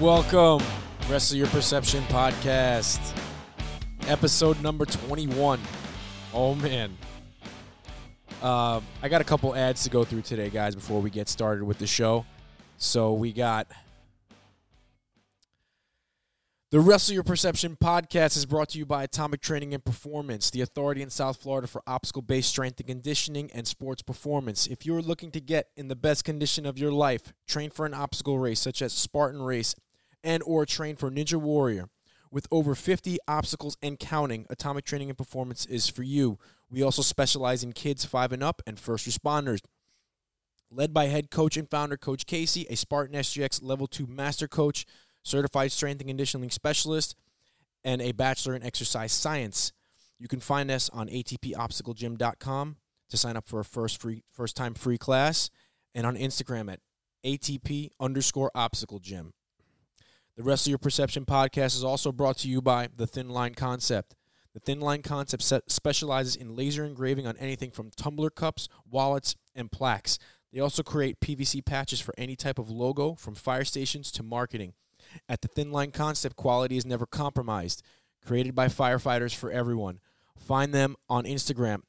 Welcome, Wrestle Your Perception Podcast, episode number 21. Oh, man. Uh, I got a couple ads to go through today, guys, before we get started with the show. So we got the Wrestle Your Perception podcast is brought to you by Atomic Training and Performance, the authority in South Florida for obstacle based strength and conditioning and sports performance. If you're looking to get in the best condition of your life, train for an obstacle race such as Spartan Race and or train for Ninja Warrior. With over 50 obstacles and counting, Atomic Training and Performance is for you. We also specialize in kids 5 and up and first responders led by head coach and founder Coach Casey, a Spartan SGX Level 2 Master Coach, certified strength and conditioning specialist, and a Bachelor in Exercise Science. You can find us on atpobstaclegym.com to sign up for a first free first time free class and on Instagram at ATP underscore obstacle gym. The Rest of Your Perception podcast is also brought to you by The Thin Line Concept. The Thin Line Concept se- specializes in laser engraving on anything from tumbler cups, wallets, and plaques. They also create PVC patches for any type of logo, from fire stations to marketing. At The Thin Line Concept, quality is never compromised. Created by firefighters for everyone. Find them on Instagram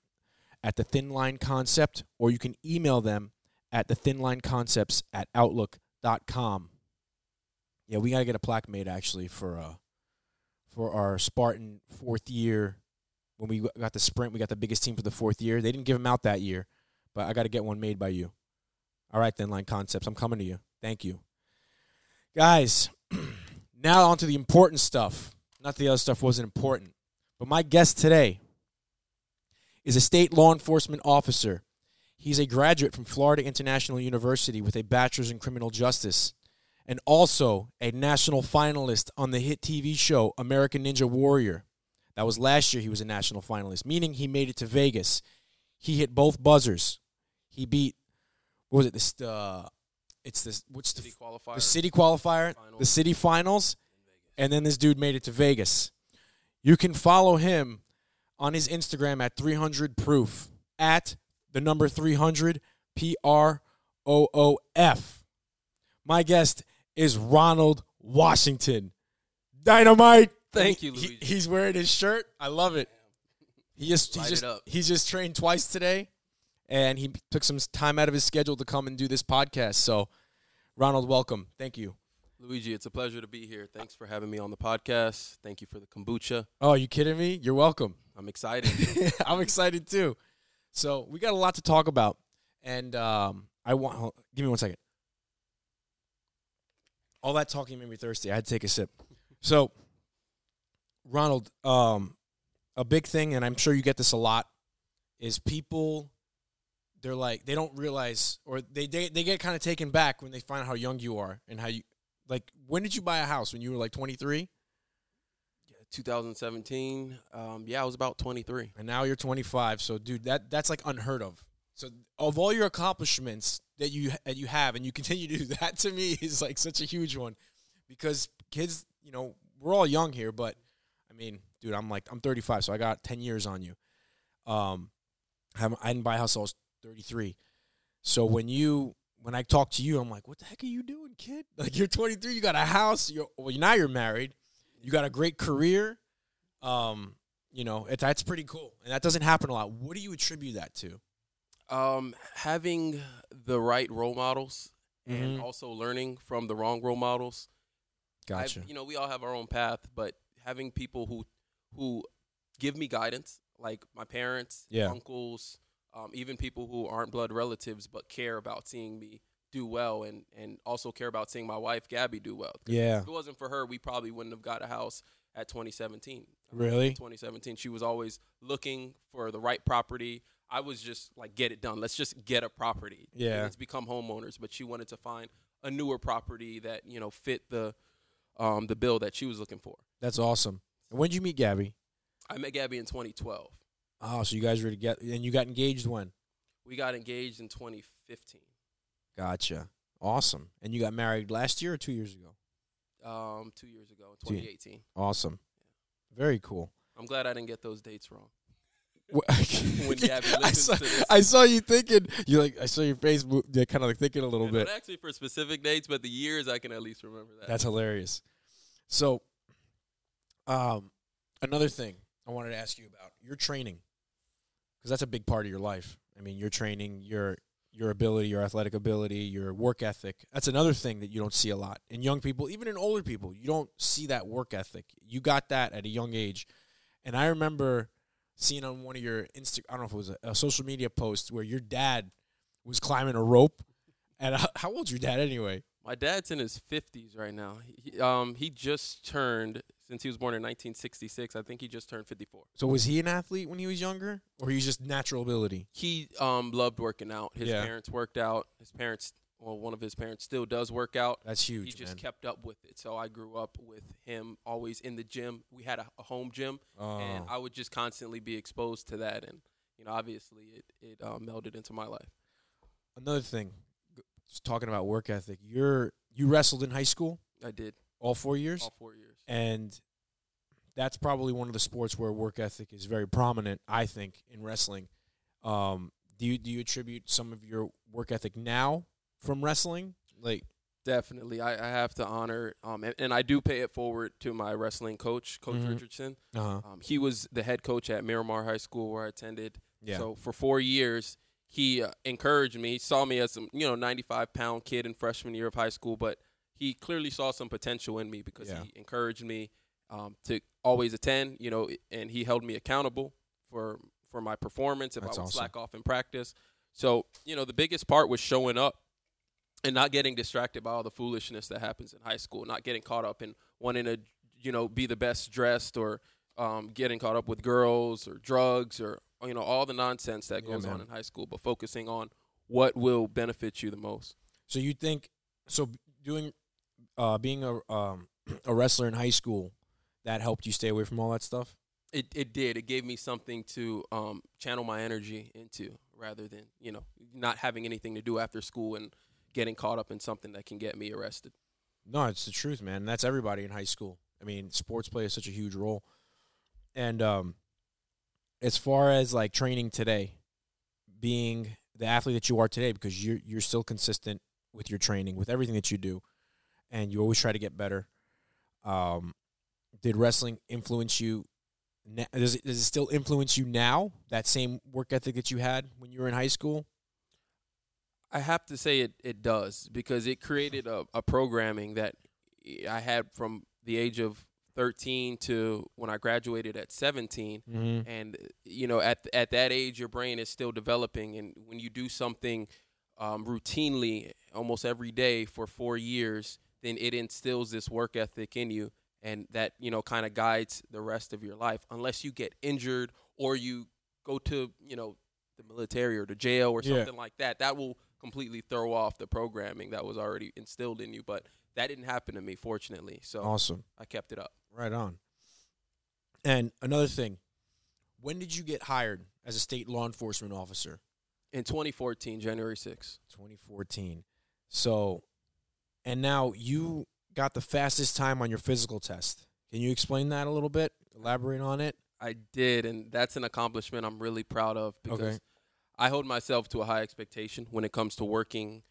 at the thin line concept or you can email them at the thin line concepts at outlook.com yeah we got to get a plaque made actually for uh for our spartan fourth year when we got the sprint we got the biggest team for the fourth year they didn't give them out that year but i got to get one made by you all right thin line concepts i'm coming to you thank you guys now on to the important stuff not that the other stuff wasn't important but my guest today is a state law enforcement officer. He's a graduate from Florida International University with a bachelor's in criminal justice and also a national finalist on the hit TV show American Ninja Warrior. That was last year he was a national finalist, meaning he made it to Vegas. He hit both buzzers. He beat what was it this uh it's this what's the city qualifier. the city qualifier, the Finals. city finals, and then this dude made it to Vegas. You can follow him on his Instagram at 300 proof at the number 300 P R O O F. My guest is Ronald Washington. Dynamite. Thank you, He- Luigi. he's wearing his shirt. I love it. He just, he's Light it just, up. he's just trained twice today and he took some time out of his schedule to come and do this podcast. So, Ronald, welcome. Thank you. Luigi, it's a pleasure to be here. Thanks for having me on the podcast. Thank you for the kombucha. Oh, you kidding me? You're welcome. I'm excited. I'm excited too. So we got a lot to talk about, and um, I want. hold- Give me one second. All that talking made me thirsty. I had to take a sip. So, Ronald, um, a big thing, and I'm sure you get this a lot, is people. They're like they don't realize, or they they, they get kind of taken back when they find out how young you are and how you like. When did you buy a house? When you were like 23, 2017. Um, yeah, I was about 23. and now you're 25. So, dude, that that's like unheard of. So, of all your accomplishments that you that you have, and you continue to do, that to me is like such a huge one, because kids, you know, we're all young here, but I mean, dude, I'm like I'm 35, so I got 10 years on you. Um, I haven't- I didn't buy a house till I was 33. So when you when I talk to you, I'm like, what the heck are you doing, kid? Like you're 23, you got a house. You're well, now you're married. You got a great career. Um, you know it, that's pretty cool and that doesn't happen a lot what do you attribute that to Um, having the right role models and Mhm. also learning from the wrong role models. I've- gotcha you know, we all have our own path, but having people who who give me guidance, like my parents, Yeah. uncles, um, even people who aren't blood relatives but care about seeing me do well, and and also care about seeing my wife Gabby do well. yeah If it wasn't for her, we probably wouldn't have got a house at 2017. really 2017, she was always looking for the right property. I was just like, get it done. Let's just get a property. Yeah. it's become homeowners, but she wanted to find a newer property that you know fit the um, the bill that she was looking for. that's awesome and when did you meet gabby I met Gabby in 2012. oh so you guys were together and you got engaged when We got engaged in 2015. gotcha awesome and you got married last year or two years ago Um, two years ago, in Gee. 2018. awesome very cool I'm glad I didn't get those dates wrong. when Gabby listens I saw, to this. I saw you thinking. You like I saw your face, mo- yeah, kind of like thinking a little And bit. Not actually for specific dates, but the years I can at least remember that. That's hilarious. So, um, another thing I wanted to ask you about your training, because that's a big part of your life. I mean, your training, your your ability, your athletic ability, your work ethic. That's another thing that you don't see a lot in young people, even in older people. You don't see that work ethic. You got that at a young age, and I remember seeing on one of your Insta, I don't know if it was a, a social media post where your dad was climbing a rope. And how, how old's your dad anyway? My dad's in his 50s right now. He, um, he just turned, since he was born in 1966, I think he just turned 54. So was he an athlete when he was younger, or he was just natural ability? He um, loved working out. His Yeah. parents worked out. His parents, well, one of his parents still does work out. That's huge, he just man. kept up with it. So I grew up with him always in the gym. We had a, a home gym, Oh. and I would just constantly be exposed to that. And, you know, obviously it, it um, melded into my life. Another thing, g- just talking about work ethic. You're you wrestled in high school I did all four years, all four years. and that's probably one of the sports where work ethic is very prominent. I think in wrestling, um, do you do you attribute some of your work ethic now from wrestling? Like Definitely, I, I have to honor, um, and, and I do pay it forward to my wrestling coach, Coach Mhm. Richardson. uh Um, he was the head coach at Miramar High School where I attended. yeah, So for four years, he uh, encouraged me. He saw me as a you know 95 pound kid in freshman year of high school, but he clearly saw some potential in me because Yeah. he encouraged me um, to always attend. You know, and he held me accountable for for my performance if That's I would awesome. slack off in practice. So you know, the biggest part was showing up and not getting distracted by all the foolishness that happens in high school, not getting caught up in wanting to, you know, be the best dressed or um, getting caught up with girls or drugs or, you know, all the nonsense that Yeah, goes on man. in high school, but focusing on what will benefit you the most. So you think so b- doing uh, being a um, a wrestler in high school that helped you stay away from all that stuff? It, it did. It gave me something to um, channel my energy into rather than, you know, not having anything to do after school and getting caught up in something that can get me arrested. No, it's the truth, man. That's everybody in high school. I mean, sports plays such a huge role. And um, as far as like training today, being the athlete that you are today, because you're you're still consistent with your training, with everything that you do, and you always try to get better. Um, did wrestling influence you? na- Does it, does it still influence you now? That same work ethic that you had when you were in high school? I have to say it, it does because it created a, a programming that I had from the age of 13 to when I graduated at 17 Mm-hmm. and you know at at that age your brain is still developing and when you do something um, routinely almost every day for four years then it instills this work ethic in you and that you know kind of guides the rest of your life unless you get injured or you go to you know the military or to jail or Yeah. something like that that will completely throw off the programming that was already instilled in you but that didn't happen to me fortunately so Awesome. i kept it up Right on. And another thing, when did you get hired as a state law enforcement officer? in 2014 january 6th 2014. So, and now you got the fastest time on your physical test. Can you explain that a little bit? Elaborate on it? I did, and that's an accomplishment I'm really proud of because Okay. I hold myself to a high expectation when it comes to working,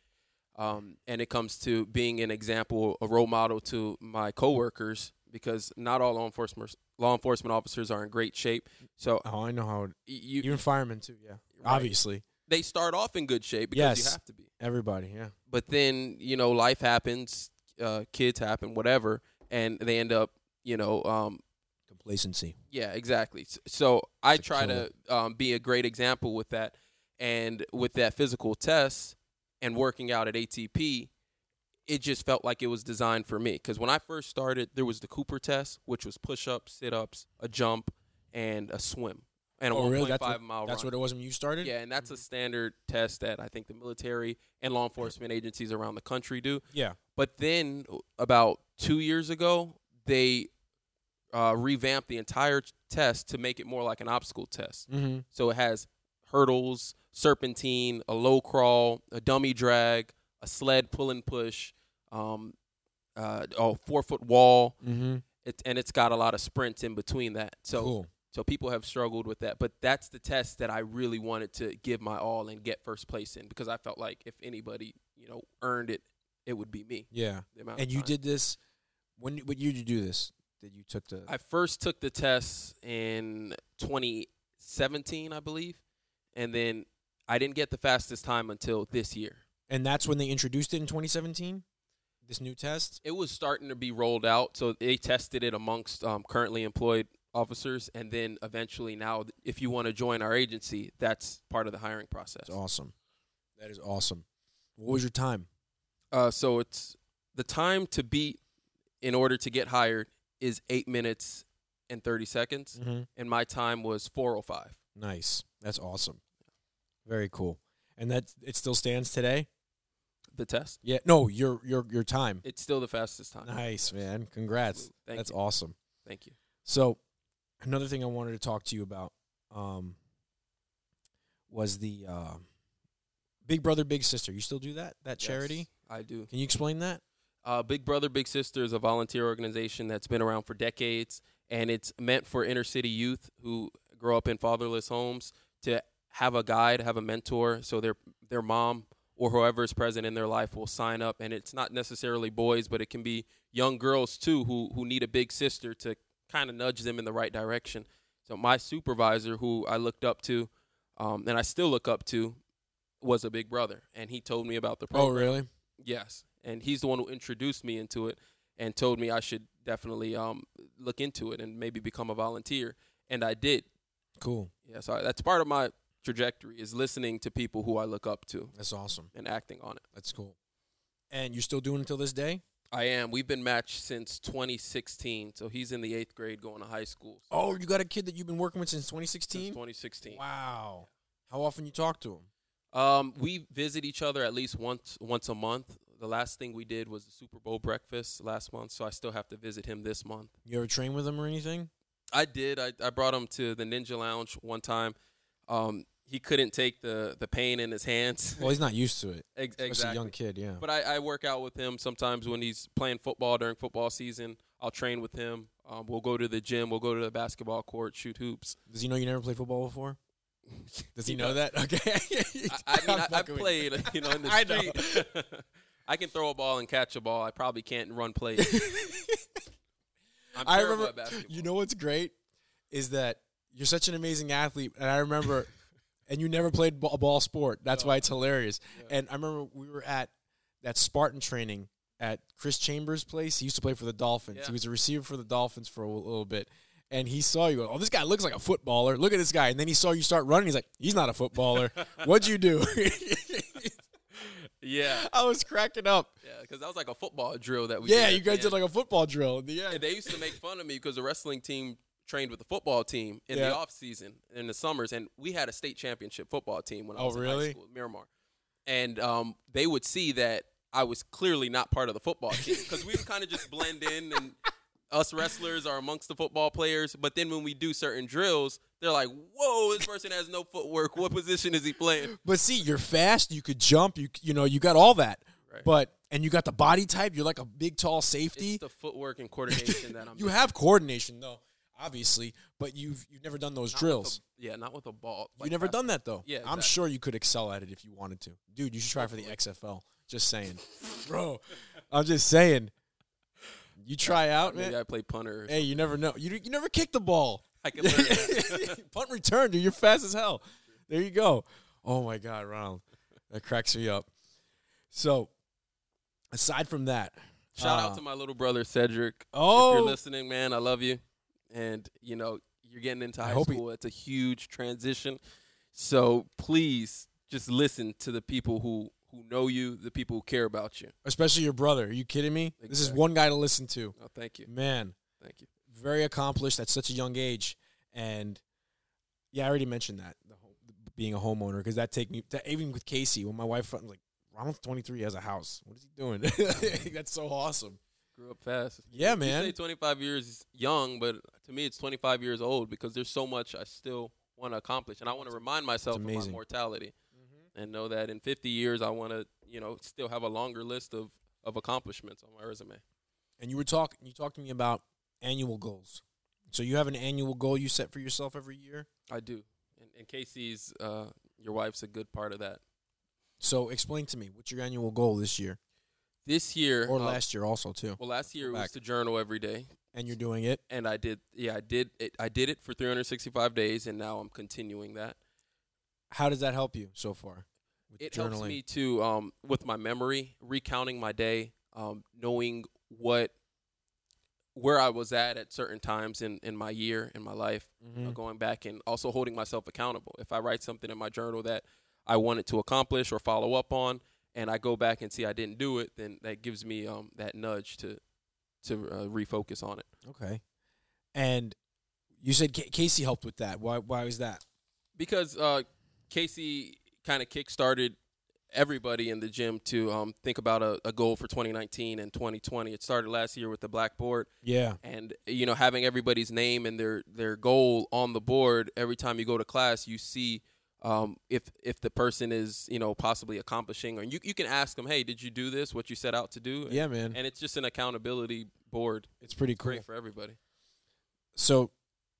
um, and it comes to being an example, a role model to my coworkers. Because not all law enforcement law enforcement officers are in great shape, so Oh, I know how. It, you, even firemen too. Yeah, Right. obviously they start off in good shape because you Yes. have to be. everybody. Yeah, But then you know life happens, uh, kids happen, whatever, and they end up you know um, complacency. Yeah, exactly. S- So I It's a try to um, be a great example with that, and with that physical test and working out at ATP, it just felt like it was designed for me. Because when I first started, there was the Cooper test, which was push-ups, sit-ups, a jump, and a swim, and a Oh, really? 1.5 That's what- mile That's what run. Mm-hmm. it was when you started. yeah, and that's a standard test that I think the military and law enforcement agencies around the country do. yeah. But then about two years ago, they uh, revamped the entire t- test to make it more like an obstacle test. Mm-hmm. So it has hurdles, serpentine, a low crawl, a dummy drag, a sled pull and push, um, uh, a four foot wall, Mm-hmm. it, and it's got a lot of sprints in between that. So cool. So people have struggled with that, but that's the test that I really wanted to give my all and get first place in because I felt like if anybody, you know, earned it, it would be me. Yeah. the amount of And you time. did this when what year did you do this? That you took the I first took the test in 2017, I believe, and then I didn't get the fastest time until this year. and that's when they introduced it in 2017. This new test. It was starting to be rolled out, so they tested it amongst um, currently employed officers, and then eventually now, if you want to join our agency, that's part of the hiring process. That's awesome. That is awesome. What was your time? Uh, so it's the time to beat in order to get hired is eight minutes and 30 seconds, Mm-hmm. and my time was 4:05. Nice. That's awesome. Very cool. And that it still stands today. The test. Yeah. No, your your your time. It's still the fastest time. Nice, man. Congrats. Absolutely. Thank That's you. awesome. Thank you. So, another thing I wanted to talk to you about um, was the uh, Big Brother Big Sister. You still do that? That charity? Yes, I do. Can you explain that? Uh, Big Brother Big Sister is a volunteer organization that's been around for decades, and it's meant for inner city youth who grow up in fatherless homes to have a guide, have a mentor, so their their mom or whoever is present in their life will sign up. And it's not necessarily boys, but it can be young girls too who who need a big sister to kind of nudge them in the right direction. So my supervisor, who I looked up to, um, and I still look up to, was a big brother, and he told me about the Oh, program. really? Yes, and he's the one who introduced me into it and told me I should definitely um, look into it and maybe become a volunteer, and I did. Cool. Yeah, so I, that's part of my trajectory is listening to people who I look up to That's awesome. and acting on it. That's cool. And you're still doing it till this day? I am. We've been matched since 2016, so he's in the eighth grade going to high school. So Oh, you got a kid that you've been working with since since 2016? 2016. Wow. How often you talk to him? Um, we visit each other at least once once a month. The last thing we did was the Super Bowl breakfast last month, so I still have to visit him this month. You ever train with him or anything? I did. I, I brought him to the Ninja Lounge one time. Um, he couldn't take the, the pain in his hands. Well, he's not used to it. Ex- Especially a exactly. young kid, yeah. But I, I work out with him sometimes when he's playing football during football season. I'll train with him. Um, we'll go to the gym. We'll go to the basketball court, shoot hoops. Does he know you never played football before? Does he He know that? Okay. I, I I'm mean, I, I fucking with you. played, you know, in the I know. street. I can throw a ball and catch a ball. I probably can't run plays. I'm I terrible remember. at basketball. You know what's great is that you're such an amazing athlete, and I remember, and you never played ball, ball sport. That's why it's hilarious. And I remember we were at that Spartan training at Chris Chambers' place. He used to play for the Dolphins. Yeah. He was a receiver for the Dolphins for a little- little bit. And he saw you. Oh, this guy looks like a footballer. Look at this guy. And then he saw you start running. He's like, he's not a footballer. What'd you do? yeah, I was cracking up. yeah, because that was like a football drill that we. Yeah, did you at guys the did like a football drill in the end. And they used to make fun of me because the wrestling team trained with the football team in Yeah. the off season in the summers, and we had a state championship football team when I Oh, was in really? high school, at Miramar, and um, they would see that I was clearly not part of the football team because we would kind of just blend in and. Us wrestlers are amongst the football players, but then when we do certain drills, they're like, "Whoa, this person has no footwork. What position is he playing?" But see, you're fast. You could jump. You you know you got all that. Right. But and you got the body type. You're like a big, tall safety. It's the footwork and coordination that I'm. you have coordination though, obviously. But you've you've never done those not with drills. a- yeah, not with a ball. you Like, never I- done that though. Yeah, I'm exactly. sure you could excel at it if you wanted to, dude. You should try for the XFL. Just saying, bro. I'm just saying. You try out, Maybe man. I play punter. or Hey, you never know. You you never kick the ball. I can learn. Punt return, dude. You're fast as hell. There you go. Oh my God, Ronald. That cracks me up. So, aside from that, Shout uh, out to my little brother Cedric. If you're oh, listening, man, I love you. And you know, you're getting into I high hope he- school. it's a huge transition. So please just listen to the people who who know you, the people who care about you. especially your brother. Are you kidding me? This is Exactly. one guy to listen to. Oh, thank you. Man, Thank you. very accomplished at such a young age, and yeah, I already mentioned that the whole, being a homeowner because that take me that, even with Casey when my wife I'm like Ronald's 23 has a house. What is he doing? That's so awesome. Grew up fast. Yeah, You man. say 25 years young, but to me it's 25 years old because there's so much I still want to accomplish and I want to remind myself of my amazing. Mm-hmm. mortality and know that in 50 years I want to, you know, still have a longer list of of accomplishments on my resume. and you were talking you talked to me about annual goals So you have an annual goal you set for yourself every year. I do. And, and Casey's, uh, your wife's a good part of that. So explain to me what's your annual goal this year This year or uh, last year also too. Well, last year it back. was to journal every day, And you're doing it. and I did. Yeah, I did. It, I did it for 365 days, and now I'm continuing that. How does that help you so far? With it helps me to um, with my memory recounting my day um, knowing what where i was at at certain times in, in my year in my life uh, Mhm. going back and also holding myself accountable if i write something in my journal that i wanted to accomplish or follow up on and i go back and see i didn't do it then that gives me um, that nudge to to uh, refocus on it Okay. And you said Ca Casey helped with that. Why? Why was that? because uh, Casey kind of kickstarted everybody in the gym to um, think about a, a goal for 2019 and 2020. It started last year with the blackboard, Yeah. and you know having everybody's name and their their goal on the board every time you go to class, you see. Um, if if the person is you know possibly accomplishing, or you you can ask them, hey, did you do this? What you set out to do? Yeah, man. and it's just an accountability board. It's pretty cool. Great for everybody. So,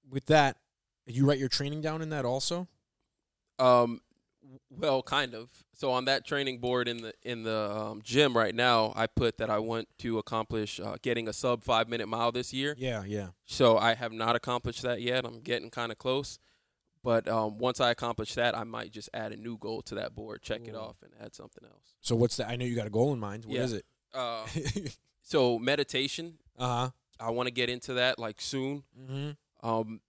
with that, you write your training down in that also. Um, w- well, kind of. So on that training board in the in the um, gym right now, I put that I want to accomplish uh, getting a sub five minute mile this year. Yeah. Yeah. So I have not accomplished that yet. I'm getting kind of close, but um, once I accomplish that, I might just add a new goal to that board, check it Ooh. off, and add something else. So what's that? I know you got a goal in mind. What Yeah. is Uh, it? so meditation, uh huh. I want to get into that like soon. Mm-hmm. Um,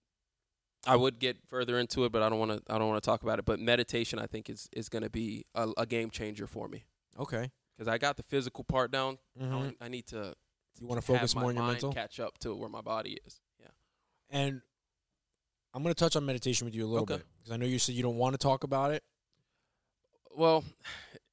I would get further into it, but I don't want to. I don't want to talk about it. But meditation, I think, is is going to be a, a game changer for me. Okay. because I got the physical part down. I Mhm. don't- I, need to. You want to have focus my more on your mind mental. Catch up to where my body is. Yeah. and I'm going to touch on meditation with you a little Okay. bit because I know you said you don't want to talk about it. Well,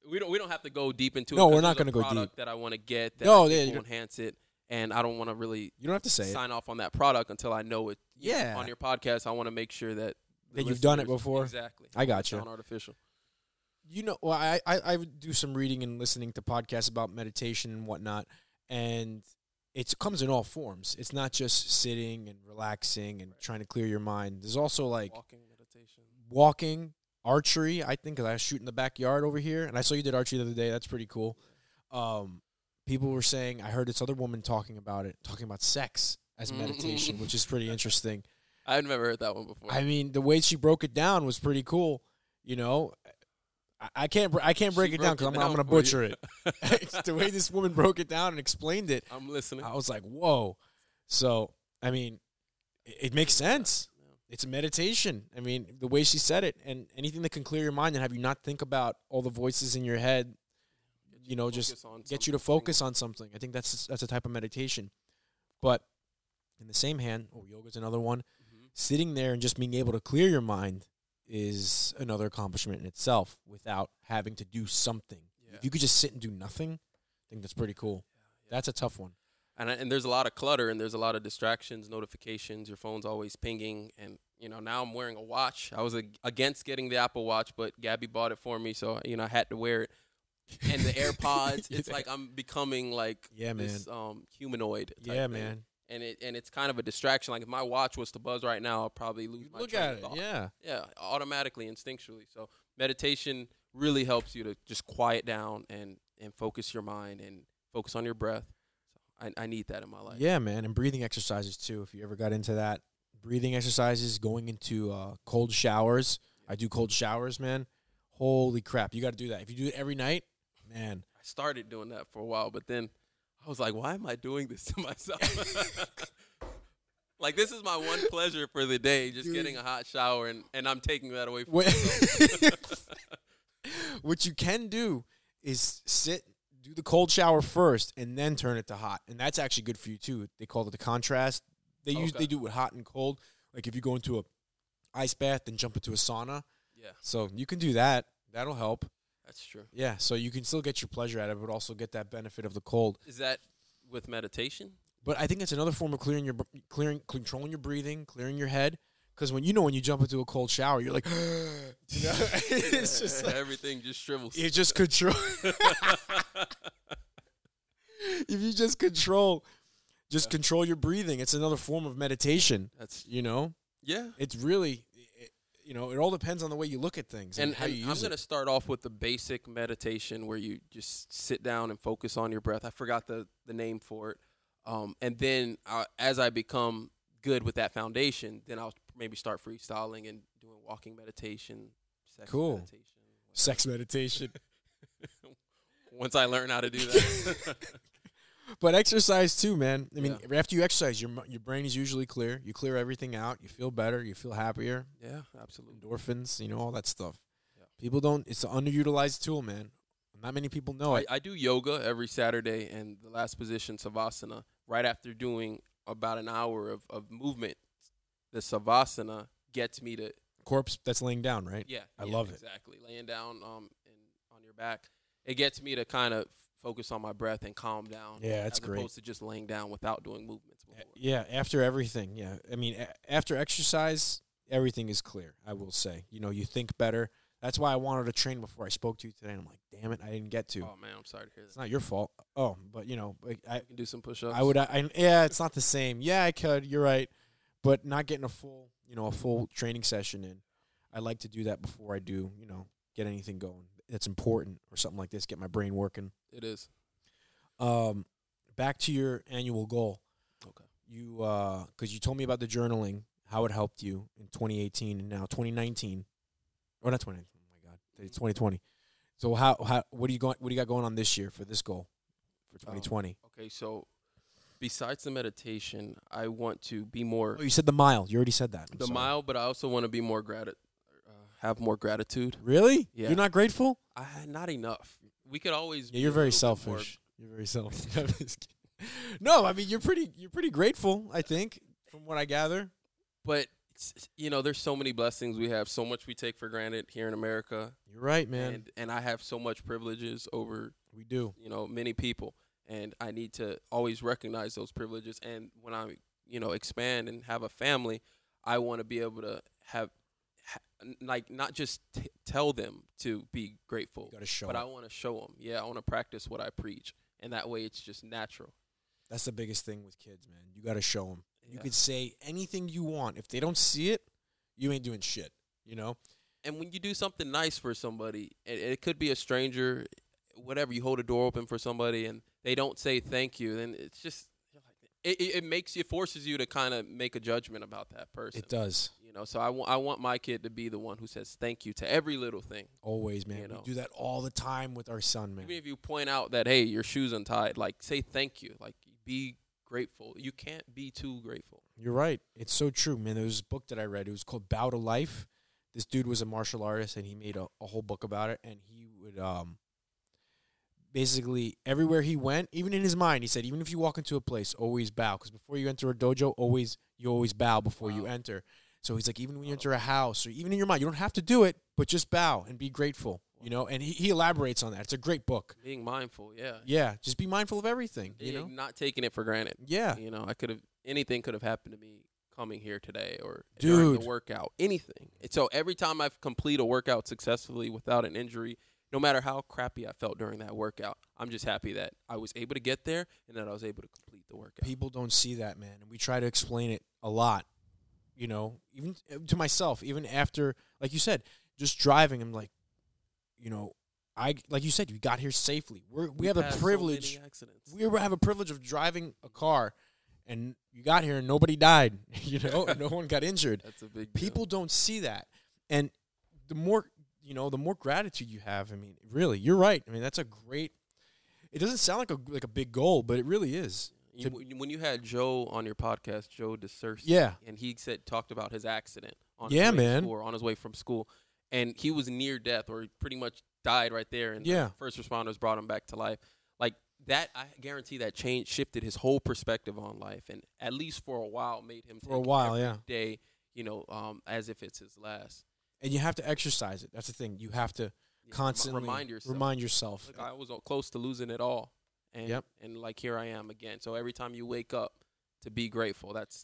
we don't we don't have to go deep into No, it. 'cause we're not there's gonna a go deep. product That I want to get. That No, I yeah, think you will enhance it, and I don't want to really You don't have to say it. sign off on that product until I know it. you know, Yeah. on your podcast, I want to make sure that the That you've done it listeners- before. Exactly. I got It's you. not artificial. You know, well, I, I I would do some reading and listening to podcasts about meditation and whatnot, and it comes in all forms. It's not just sitting and relaxing and trying to clear your mind. There's also like Walking meditation. walking, archery. I think 'cause I shoot in the backyard over here, and I saw you did archery the other day. That's pretty cool. Um, people were saying I heard this other woman talking about it, talking about sex as Mm. meditation, which is pretty interesting. I've never heard that one before. I mean, the way she broke it down was pretty cool. You know, I, I can't br- I can't She break it down broke because it I'm, I'm down gonna for you. butcher it. the way this woman broke it down and explained it, I'm listening. I was like, whoa. So I mean, it, it makes sense it's a meditation. I mean, the way she said it, and anything that can clear your mind and have you not think about all the voices in your head, you know, just Focus on get you to something. focus on something. I think that's that's a type of meditation. But in the same hand, oh, yoga's another one. Mhm. Sitting there and just being able to clear your mind is another accomplishment in itself without having to do something. Yeah. If you could just sit and do nothing, I think that's pretty cool. That's a tough one. and I, and there's a lot of clutter and there's a lot of distractions, notifications. Your phone's always pinging, and you know now I'm wearing a watch. I was ag- against getting the Apple Watch, but Gabby bought it for me, so you know I had to wear it. And the AirPods, it's like I'm becoming like Yeah, man. this um, humanoid. type yeah, thing. man. And it and it's kind of a distraction. Like if my watch was to buzz right now, I'll probably lose my Look train at of it. thought. Yeah. yeah, automatically, instinctually. So meditation really helps you to just quiet down and and focus your mind and focus on your breath. So I, I need that in my life. Yeah, man, and breathing exercises too. If you ever got into that, breathing exercises, going into uh, cold showers. I do cold showers, man. Holy crap, you got to do that. If you do it every night, man, I started doing that for a while, but then I was like, why am I doing this to myself? like this is my one pleasure for the day, just Dude. getting a hot shower and, and I'm taking that away from what, myself. what you can do is sit, do the cold shower first, and then turn it to hot, and that's actually good for you too. They call it the contrast. They use Oh, Okay. they do it with hot and cold. Like if you go into a ice bath and jump into a sauna, yeah, so you can do that. That'll help. that's true. Yeah, so you can still get your pleasure out of it, but also get that benefit of the cold. Is that with meditation? But I think it's another form of clearing your br- clearing controlling your breathing, clearing your head. Because when you know when you jump into a cold shower, you're like, you know? it's just like, everything just shrivels. you just control. if you just control Just control your breathing. It's another form of meditation. That's You know, yeah. it's really, it, you know, it all depends on the way you look at things and, And, how and you I'm use going to it. start off with the basic meditation where you just sit down and focus on your breath. I forgot the, the name for it. Um, and then I, as I become good with that foundation, then I'll maybe start freestyling and doing walking meditation, sex Cool. meditation. Sex meditation. Once I learn how to do that. But exercise too, man. I mean, after you exercise, your mi- your brain is usually clear. You clear everything out. You feel better. You feel happier. yeah, absolutely. Endorphins, you know, all that stuff. Yeah. People don't. It's an underutilized tool, man. Not many people know I, it. I do yoga every Saturday, and the last position, Savasana, right after doing about an hour of, of movement, the Savasana gets me to Corpse that's laying down, right? Yeah, I yeah, love it. Exactly, laying down um and on your back, it gets me to kind of focus on my breath and calm down. Yeah, that's as great. Opposed to just laying down without doing movements. Before. Yeah, after everything. Yeah. I mean, a- after exercise, everything is clear, I will say. You know, you think better. That's why I wanted to train before I spoke to you today. And I'm like, damn it, I didn't get to. Oh man, I'm sorry to hear It's that. not your fault. Oh, but you know, like, I You can do some push-ups. I would I, I yeah, it's not the same. Yeah, I could. You're right. But not getting a full, you know, a full training session in. I like to do that before I do, you know, get anything going. That's important or something like this, get my brain working. It is. Um, back to your annual goal. Okay. You because you told me about the journaling, how it helped you in 2018 and now 2019, or not 2019. Oh my God, it's 2020. So how how what do you going? What do you got going on this year for this goal for Um, 2020? Okay, so besides the meditation, I want to be more oh, you said the mile. You already said that. I'm the sorry. mile, but I also want to be more grati- uh, have more gratitude. Really? Yeah. You're not grateful? I not enough. We could always. Yeah, be you're a very little bit more- selfish. You're very selfish. I'm just kidding. no, I mean you're pretty. You're pretty grateful. I think, from what I gather. but it's- you know, there's so many blessings we have, so much we take for granted here in America. You're right, man. and and I have so much privileges over we do. you know many people, and I need to always recognize those privileges. And when I you know expand and have a family, I want to be able to have ha- like not just t- tell them to be You grateful, got to show. but I it. want to show them. Yeah, I want to practice what I preach, and that way it's just natural. That's the biggest thing with kids, man. You got to show them. You Yeah. could say anything you want. If they don't see it, you ain't doing shit. You know. and when you do something nice for somebody, it, it could be a stranger, whatever. You hold a door open for somebody, and they don't say thank you, then it's just it, it, it makes you forces you to kind of make a judgment about that person. It does You know, so I want I want my kid to be the one who says thank you to every little thing. always, man. You know. We do that all the time with our son, man. Even if you point out that hey, your shoes untied, like say thank you, like be grateful. You can't be too grateful. You're right. It's so true, man. There was a book that I read. It was called Bow to Life. This dude was a martial artist, and he made a, a whole book about it. And he would um, basically everywhere he went, even in his mind, he said, even if you walk into a place, always bow, because before you enter a dojo, always you always bow before you Wow. enter. So he's like, even when you Wow. enter a house, or even in your mind, you don't have to do it, but just bow and be grateful, you know. And he, he elaborates on that. It's a great book. Being mindful, yeah. Yeah, just be mindful of everything, you know. Not taking it for granted. Yeah, You know, I could have anything could have happened to me coming here today or during Dude. the workout. Anything. And so every time I've complete a workout successfully without an injury, no matter how crappy I felt during that workout, I'm just happy that I was able to get there and that I was able to complete the workout. people don't see that man and we try to explain it a lot you know even uh, to myself even after like you said just driving i'm like you know i like you said you got here safely We're, we, have a passed so privilege many uh, accidents. we have a privilege of driving a car and you got here and nobody died you know no one got injured That's a big deal. people don't see that and the more you know the more gratitude you have i mean really you're right i mean that's a great it doesn't sound like a like a big goal but it really is You- when you had Joe on your podcast, Joe DeCerce, yeah and he said talked about his accident on Yeah, his way to man. school, or on his way from school, and he was near death or he pretty much died right there, and the Yeah. first responders brought him back to life. Like that, I guarantee that change shifted his whole perspective on life, and at least for a while made him for a take while every yeah day, you know, um, as if it's his last. and you have to exercise it. That's the thing. You have to You know, remi- constantly remind yourself. Remind yourself. Look, I was uh, close to losing it all, and Yep. and like here I am again. So every time you wake up, to be grateful. That's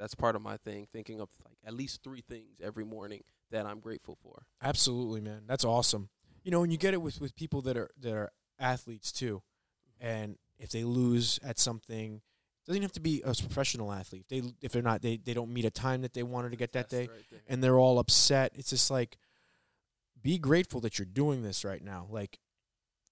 that's part of my thing. Thinking of like at least three things every morning that I'm grateful for. Absolutely, man. That's awesome. You know, and you get it with with Mm-hmm. people that are that are athletes too, and if they lose at something, doesn't even have to be a professional athlete. They if they're not they, they don't meet a time that they wanted to get that That's the day right thing. and they're all upset. It's just like be grateful that you're doing this right now. Like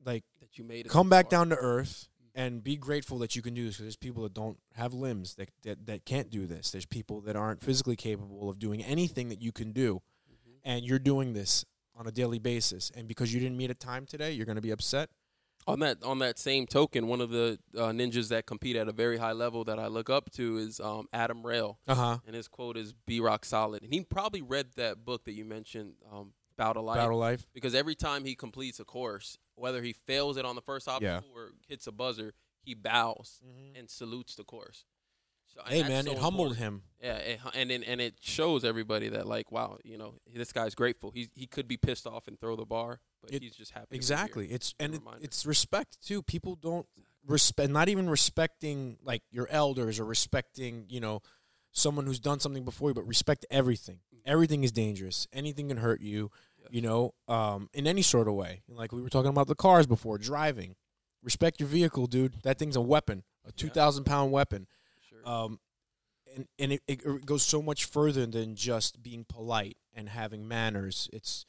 like that you made it come this back far. down to earth and be grateful that you can do this because there's people that don't have limbs that, that that can't do this. There's people that aren't physically capable of doing anything that you can do, Mhm. and you're doing this on a daily basis. And because you didn't meet a time today, you're going to be upset. On that on that same token, one of the uh, ninjas that compete at a very high level that I look up to is um, Adam Rail, Uh huh. and his quote is "Be rock solid." And he probably read that book that you mentioned, um, Bout of Life, Battle life. because every time he completes a course, whether he fails it on the first obstacle Yeah. or hits a buzzer, he bows Mhm. and salutes the course. So, and Hey that's man, so it humbled important. him. Yeah, it, hu- and then and it shows everybody that like, wow, you know, this guy's grateful. He he could be pissed off and throw the bar, but It- he's just happy. to be here. Exactly. It's and it, reminder. it's respect too. People don't respect, not even respecting like your elders or respecting you know someone who's done something before you, but respect everything. Everything is dangerous. Anything can hurt you. You know, um, in any sort of way. Like we were talking about the cars before, driving. Respect your vehicle, dude. That thing's a weapon, a two thousand pound weapon. Sure. Um, and and it, it goes so much further than just being polite and having manners. It's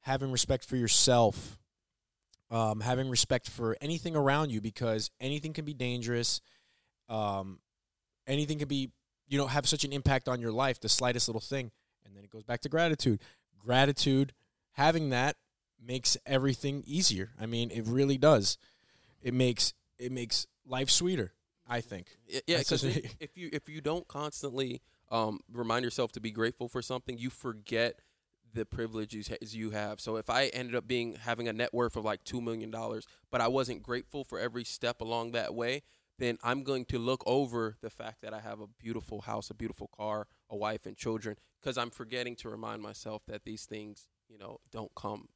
having respect for yourself, um, having respect for anything around you because anything can be dangerous. Um, anything can be you know have such an impact on your life. The slightest little thing, and then it goes back to gratitude. Gratitude, having that makes everything easier. I mean, it really does. It makes it makes life sweeter. I think. Y- yeah, That's because just- if if you if you don't constantly um, remind yourself to be grateful for something, you forget the privilege you ha- you have. So if I ended up being having a net worth of like two million dollars, but I wasn't grateful for every step along that way, then I'm going to look over the fact that I have a beautiful house, a beautiful car, a wife, and children, because I'm forgetting to remind myself that these things, you know, don't come,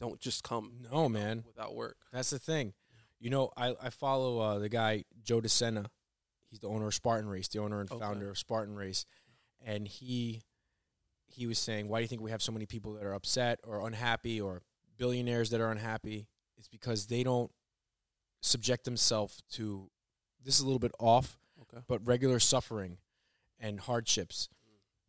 don't just come No, man. without work. That's the thing. You know, I, I follow uh, the guy, Joe DeSena. He's the owner of Spartan Race, the owner and Okay. founder of Spartan Race. And he he was saying, Why do you think we have so many people that are upset or unhappy or billionaires that are unhappy? It's because they don't subject themselves to this is a little bit off, Okay. but regular suffering and hardships.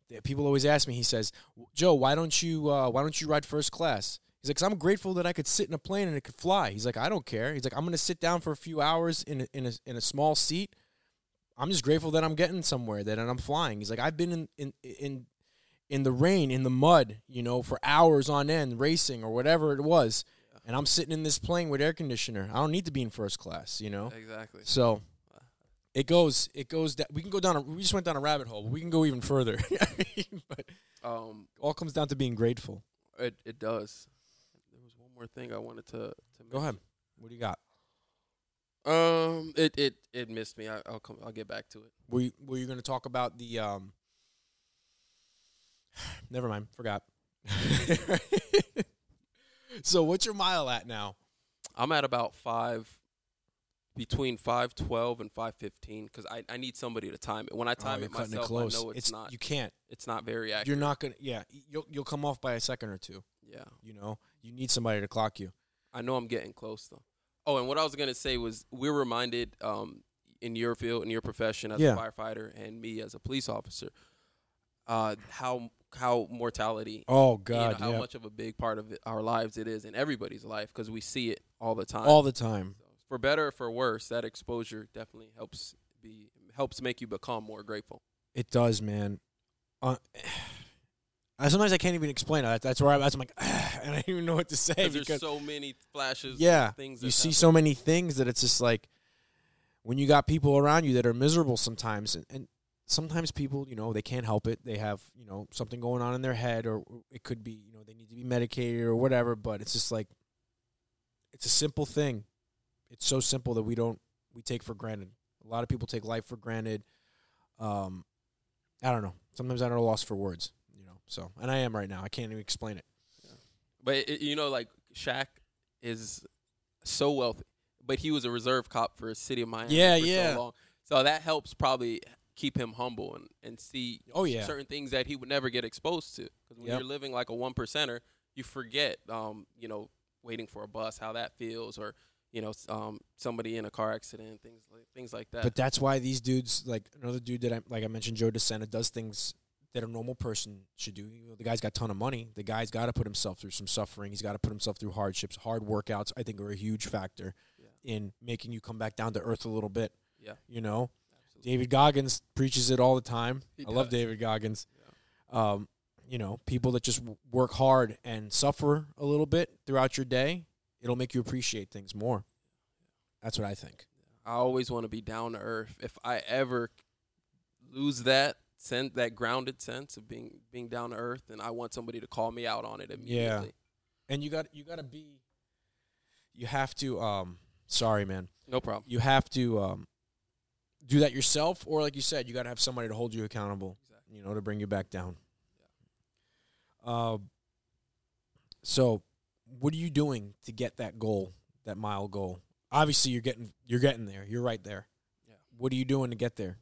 That People always ask me. He says, "Joe, why don't you uh, why don't you ride first class?" He's like, "Cause I'm grateful that I could sit in a plane and it could fly." He's like, "I don't care." He's like, "I'm gonna sit down for a few hours in a, in a, in a small seat. I'm just grateful that I'm getting somewhere that and I'm flying." He's like, "I've been in in in in the rain, in the mud, you know, for hours on end, racing or whatever it was, and I'm sitting in this plane with air conditioner. I don't need to be in first class, you know." Exactly. So it goes. It goes. Da- we can go down. A, we just went down a rabbit hole, but we can go even further. I mean, but it Um, all comes down to being grateful. It it does. There was one more thing I wanted to to Go ahead. What do you got? ahead. Um, it it it missed me. I, I'll come. I'll get back to it. Were you, Were you going to talk about the? Um, never mind. Forgot. so what's your mile at now? I'm at about five, between five twelve and five fifteen, because I I need somebody to time it. When I time Oh, you're it myself, I know it's, not You can't. it's not very accurate. You're not gonna. Yeah, you'll you'll come off by a second or two. yeah, You know, you need somebody to clock you. I know I'm getting close though. Oh, and what I was gonna say was we're reminded um in your field in your profession as Yeah. a firefighter and me as a police officer, uh how how mortality Oh you know, God, how yeah, much of a big part of it- our lives it is in everybody's life because we see it all the time. all the time. So, for better or for worse, that exposure definitely helps be helps make you become more grateful. It does, man. Uh, I- sometimes I can't even explain it. That- That's where I, that's I'm like, and I don't even know what to say Because because there's so many flashes. yeah, of things you that see happen. so many things that it's just like when you got people around you that are miserable sometimes, and, and sometimes people, you know, they can't help it. They have you know something going on in their head, or it could be you know they need to be medicated or whatever. But it's just like it's a simple thing. It's so simple that we don't we take for granted. A lot of people take life for granted. Um, I don't know. Sometimes I'm at a loss for words, you know. So, and I am right now. I can't even explain it. But it, you know, like Shaq is so wealthy, but he was a reserve cop for a city of Miami. Yeah, for yeah. So, long. so that helps probably keep him humble and and see Oh yeah, certain things that he would never get exposed to. Because when Yep. you're living like a one percenter, you forget, um, you know, waiting for a bus, how that feels, or you know, s- um, somebody in a car accident, things like things like that. But that's why these dudes, like another dude that I like, I mentioned Joe DeSena does things that a normal person should do. You know, the guy's got a ton of money. The guy's got to put himself through some suffering. He's got to put himself through hardships. Hard workouts, I think, are a huge factor Yeah. in making you come back down to earth a little bit. Yeah. you know, Absolutely. David Goggins preaches it all the time. He I love does. David Goggins. Um, you know, people that just w- work hard and suffer a little bit throughout your day, it'll make you appreciate things more. That's what I think. I always want to be down to earth. If I ever lose that sense, that grounded sense of being being down to earth, and I want somebody to call me out on it immediately. and you got you got to be you have to um sorry man No problem. you have to um do that yourself or like you said you got to have somebody to hold you accountable Exactly. you know to bring you back down uh, so what are you doing to get that goal that mile goal obviously you're getting you're getting there you're right there Yeah. what are you doing to get there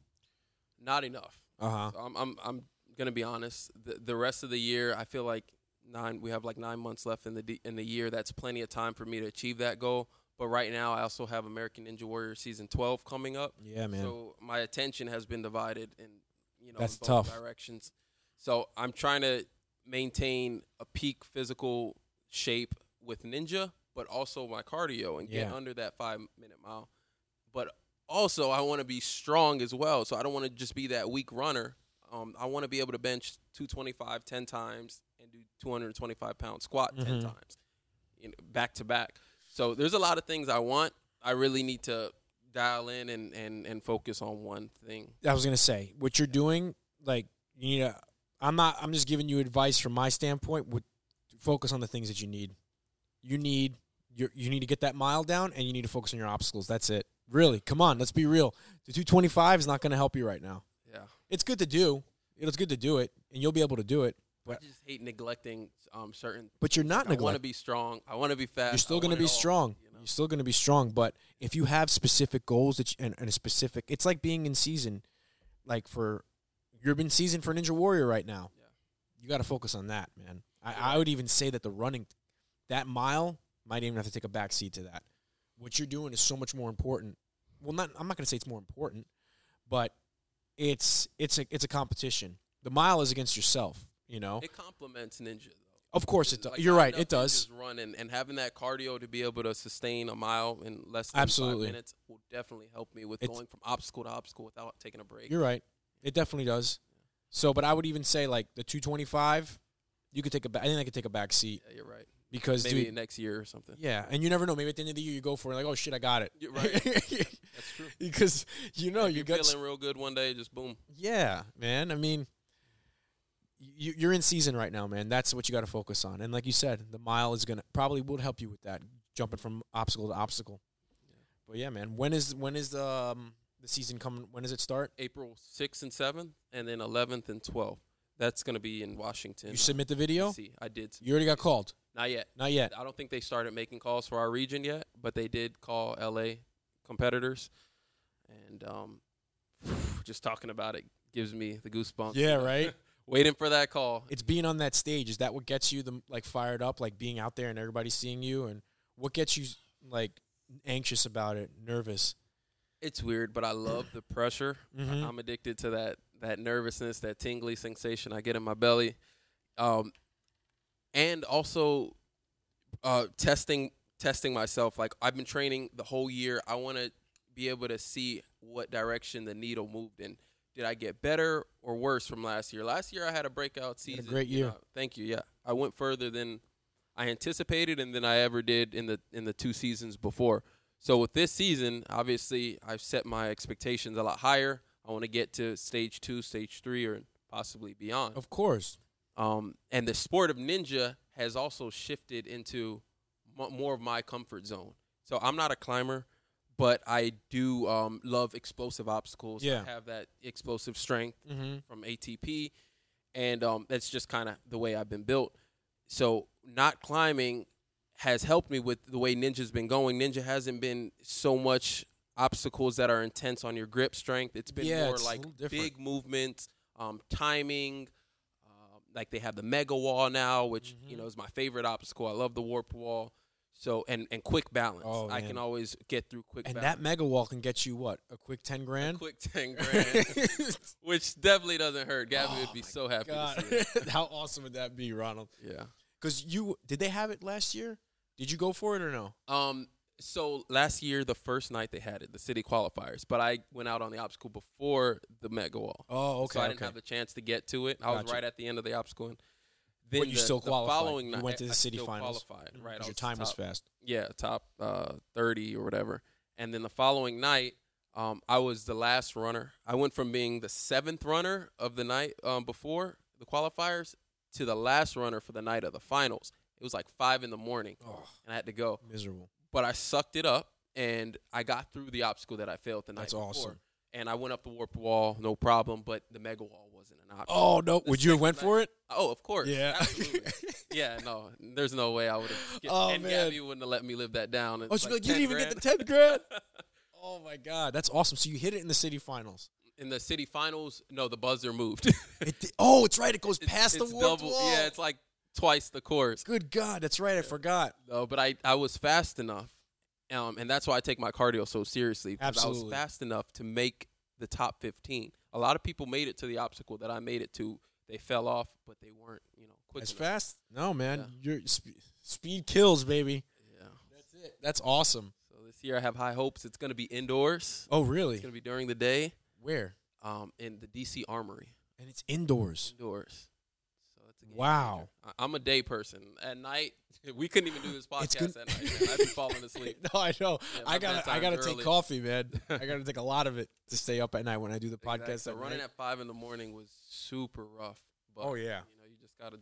Not enough. uh-huh So I'm I'm I'm gonna be honest. The, the rest of the year, I feel like nine. We have like nine months left in the d- in the year. That's plenty of time for me to achieve that goal. But right now, I also have American Ninja Warrior season 12 coming up. yeah man So my attention has been divided in you know That's both tough. directions. So I'm trying to maintain a peak physical shape with ninja, but also my cardio and get Yeah. under that five minute mile. But also I want to be strong as well. So I don't want to just be that weak runner. Um, I want to be able to bench 225 10 times and do 225 pound squat 10 Mhm. times you know, back to back. So there's a lot of things I want. I really need to dial in and, and, and focus on one thing. I was gonna say what you're doing. Like you need to. I'm not. I'm just giving you advice from my standpoint. Would focus on the things that you need. You need you you need to get that mile down, and you need to focus on your obstacles. That's it. Really, come on. Let's be real. The 225 is not gonna help you right now. Yeah. It's good to do. It's good to do it, and you'll be able to do it. I just hate neglecting um, certain. But you're not I want to neglecting. be strong. I want to be fast. You're still I want gonna it be all, strong. you know? You're still gonna be strong. But if you have specific goals that you, and, and a specific, it's like being in season. Like for you're in season for Ninja Warrior right now. Yeah. you got to focus on that, man. I, You're I would even say that the running, that mile, might even have to take a back seat to that. What you're doing is so much more important. Well, not I'm not going to say it's more important, but it's it's a it's a competition. The mile is against yourself, you know. It complements ninja. Though. of course, it does. Like, you're not right. enough It does. ninjas Run and, and having that cardio to be able to sustain a mile in less than Absolutely. five minutes will definitely help me with It's- going from obstacle to obstacle without taking a break. You're right. It definitely does. So, but I would even say like the 225, you could take a. ba- I think I could take a back seat yeah, you're right. because Maybe dude, next year or something. yeah, and you never know. Maybe at the end of the year you go for it, like, oh shit, I got it. You're right. That's true. because you know if Oh, you you're got feeling real good one day, just boom. Yeah, man. I mean, you, you're in season right now, man. That's what you got to focus on. And like you said, the mile is gonna probably would help you with that, jumping from obstacle to obstacle. But yeah, man. When is when is the um, the season coming? When does it start? April 6th and 7th, and then 11th and 12th. That's going to be in Washington. You uh, submit the video. DC. I did. You already got called. Not yet. Not yet. I don't think they started making calls for our region yet, but they did call LA competitors. And um, just talking about it gives me the goosebumps. Yeah, right. Waiting for that call. It's being on that stage. Is that what gets you the like fired up, like being out there and everybody seeing you, and what gets you like anxious about it, nervous? It's weird, but I love the pressure. I- Mhm. I'm addicted to that that nervousness, that tingly sensation I get in my belly, um, and also uh, testing testing myself. Like I've been training the whole year. I want to be able to see what direction the needle moved in. Did I get better or worse from last year? Last year I had a breakout had a season. great you year. know. thank you. Yeah, I went further than I anticipated and than I ever did in the in the two seasons before. So with this season, obviously, I've set my expectations a lot higher. I want to get to stage two, stage three, or possibly beyond. Of course. Um, and the sport of ninja has also shifted into m- more of my comfort zone. So I'm not a climber, but I do um, love explosive obstacles. Yeah. I have that explosive strength Mm-hmm. from ATP, and um, that's just kind of the way I've been built. So not climbing has helped me with the way Ninja's been going. Ninja hasn't been so much obstacles that are intense on your grip strength. It's been Yeah, more it's a like little different. big movements, um, timing. Mm-hmm. Um, like they have the mega wall now, which you know is my favorite obstacle. I love the warp wall. So and and quick balance. Oh, I man. can always get through quick And that balance. mega wall can get you what? A quick 10 grand? quick ten grand, which definitely doesn't hurt. Gabby Oh, would be my so happy. To God. see it. How awesome would that be, Ronald? Yeah. Because you did they have it last year? Did you go for it or no? Um. So last year, the first night they had it, the city qualifiers. But I went out on the obstacle before the mega wall. Oh, okay. so I okay. didn't have the chance to get to it. I was Gotcha. right at the end of the obstacle. And then But you the, still the qualified. Following You night, went to the I city still finals. Qualified, right? I Because your was time was top- fast. Yeah, top uh, thirty or whatever. And then the following night, um, I was the last runner. I went from being the seventh runner of the night um, before the qualifiers to the last runner for the night of the finals. It was like five in the morning, Oh, and I had to go. miserable. But I sucked it up, and I got through the obstacle that I failed the night That's before. awesome. And I went up the warped wall, no problem. But the mega wall wasn't an option. Oh no! The Would you have sixth went night- for it? Oh, of course. Yeah. Absolutely. yeah, no. There's no way I would have. Oh, and man. Gabby wouldn't have let me live that down. Oh, It's she'd be like, you didn't 10 even get grand. the ten grand. oh my god, that's awesome! So you hit it in the city finals. In the city finals, no, the buzzer moved. It's- It di- oh, it's right. It goes past it's the warped double- wall. Yeah, it's like twice the course. Good God, that's right. I forgot. No, but I, I was fast enough. Um, and that's why I take my cardio so seriously. because I Absolutely. was fast enough to make the top 15. A lot of people made it to the obstacle that I made it to. They fell off, but they weren't, you know, quick It's enough. fast. No man, your sp- speed kills, baby. Yeah. That's it. That's awesome. So this year I have high hopes. It's going to be indoors. Oh It's really? going to be during the day. Where? um, in the DC Armory And it's indoors. indoors. So it's a game Wow. changer. I- I'm a day person. At night, we couldn't even do this It's podcast good- at night. man. I'd be falling asleep. no, I know. Yeah, my I got. to I bedtime's got to early. take coffee, man. I got to take a lot of it to stay up at night when I do the Exactly. podcast. So at running night. at five in the morning was super rough. But, Oh, yeah. You know, you just gotta.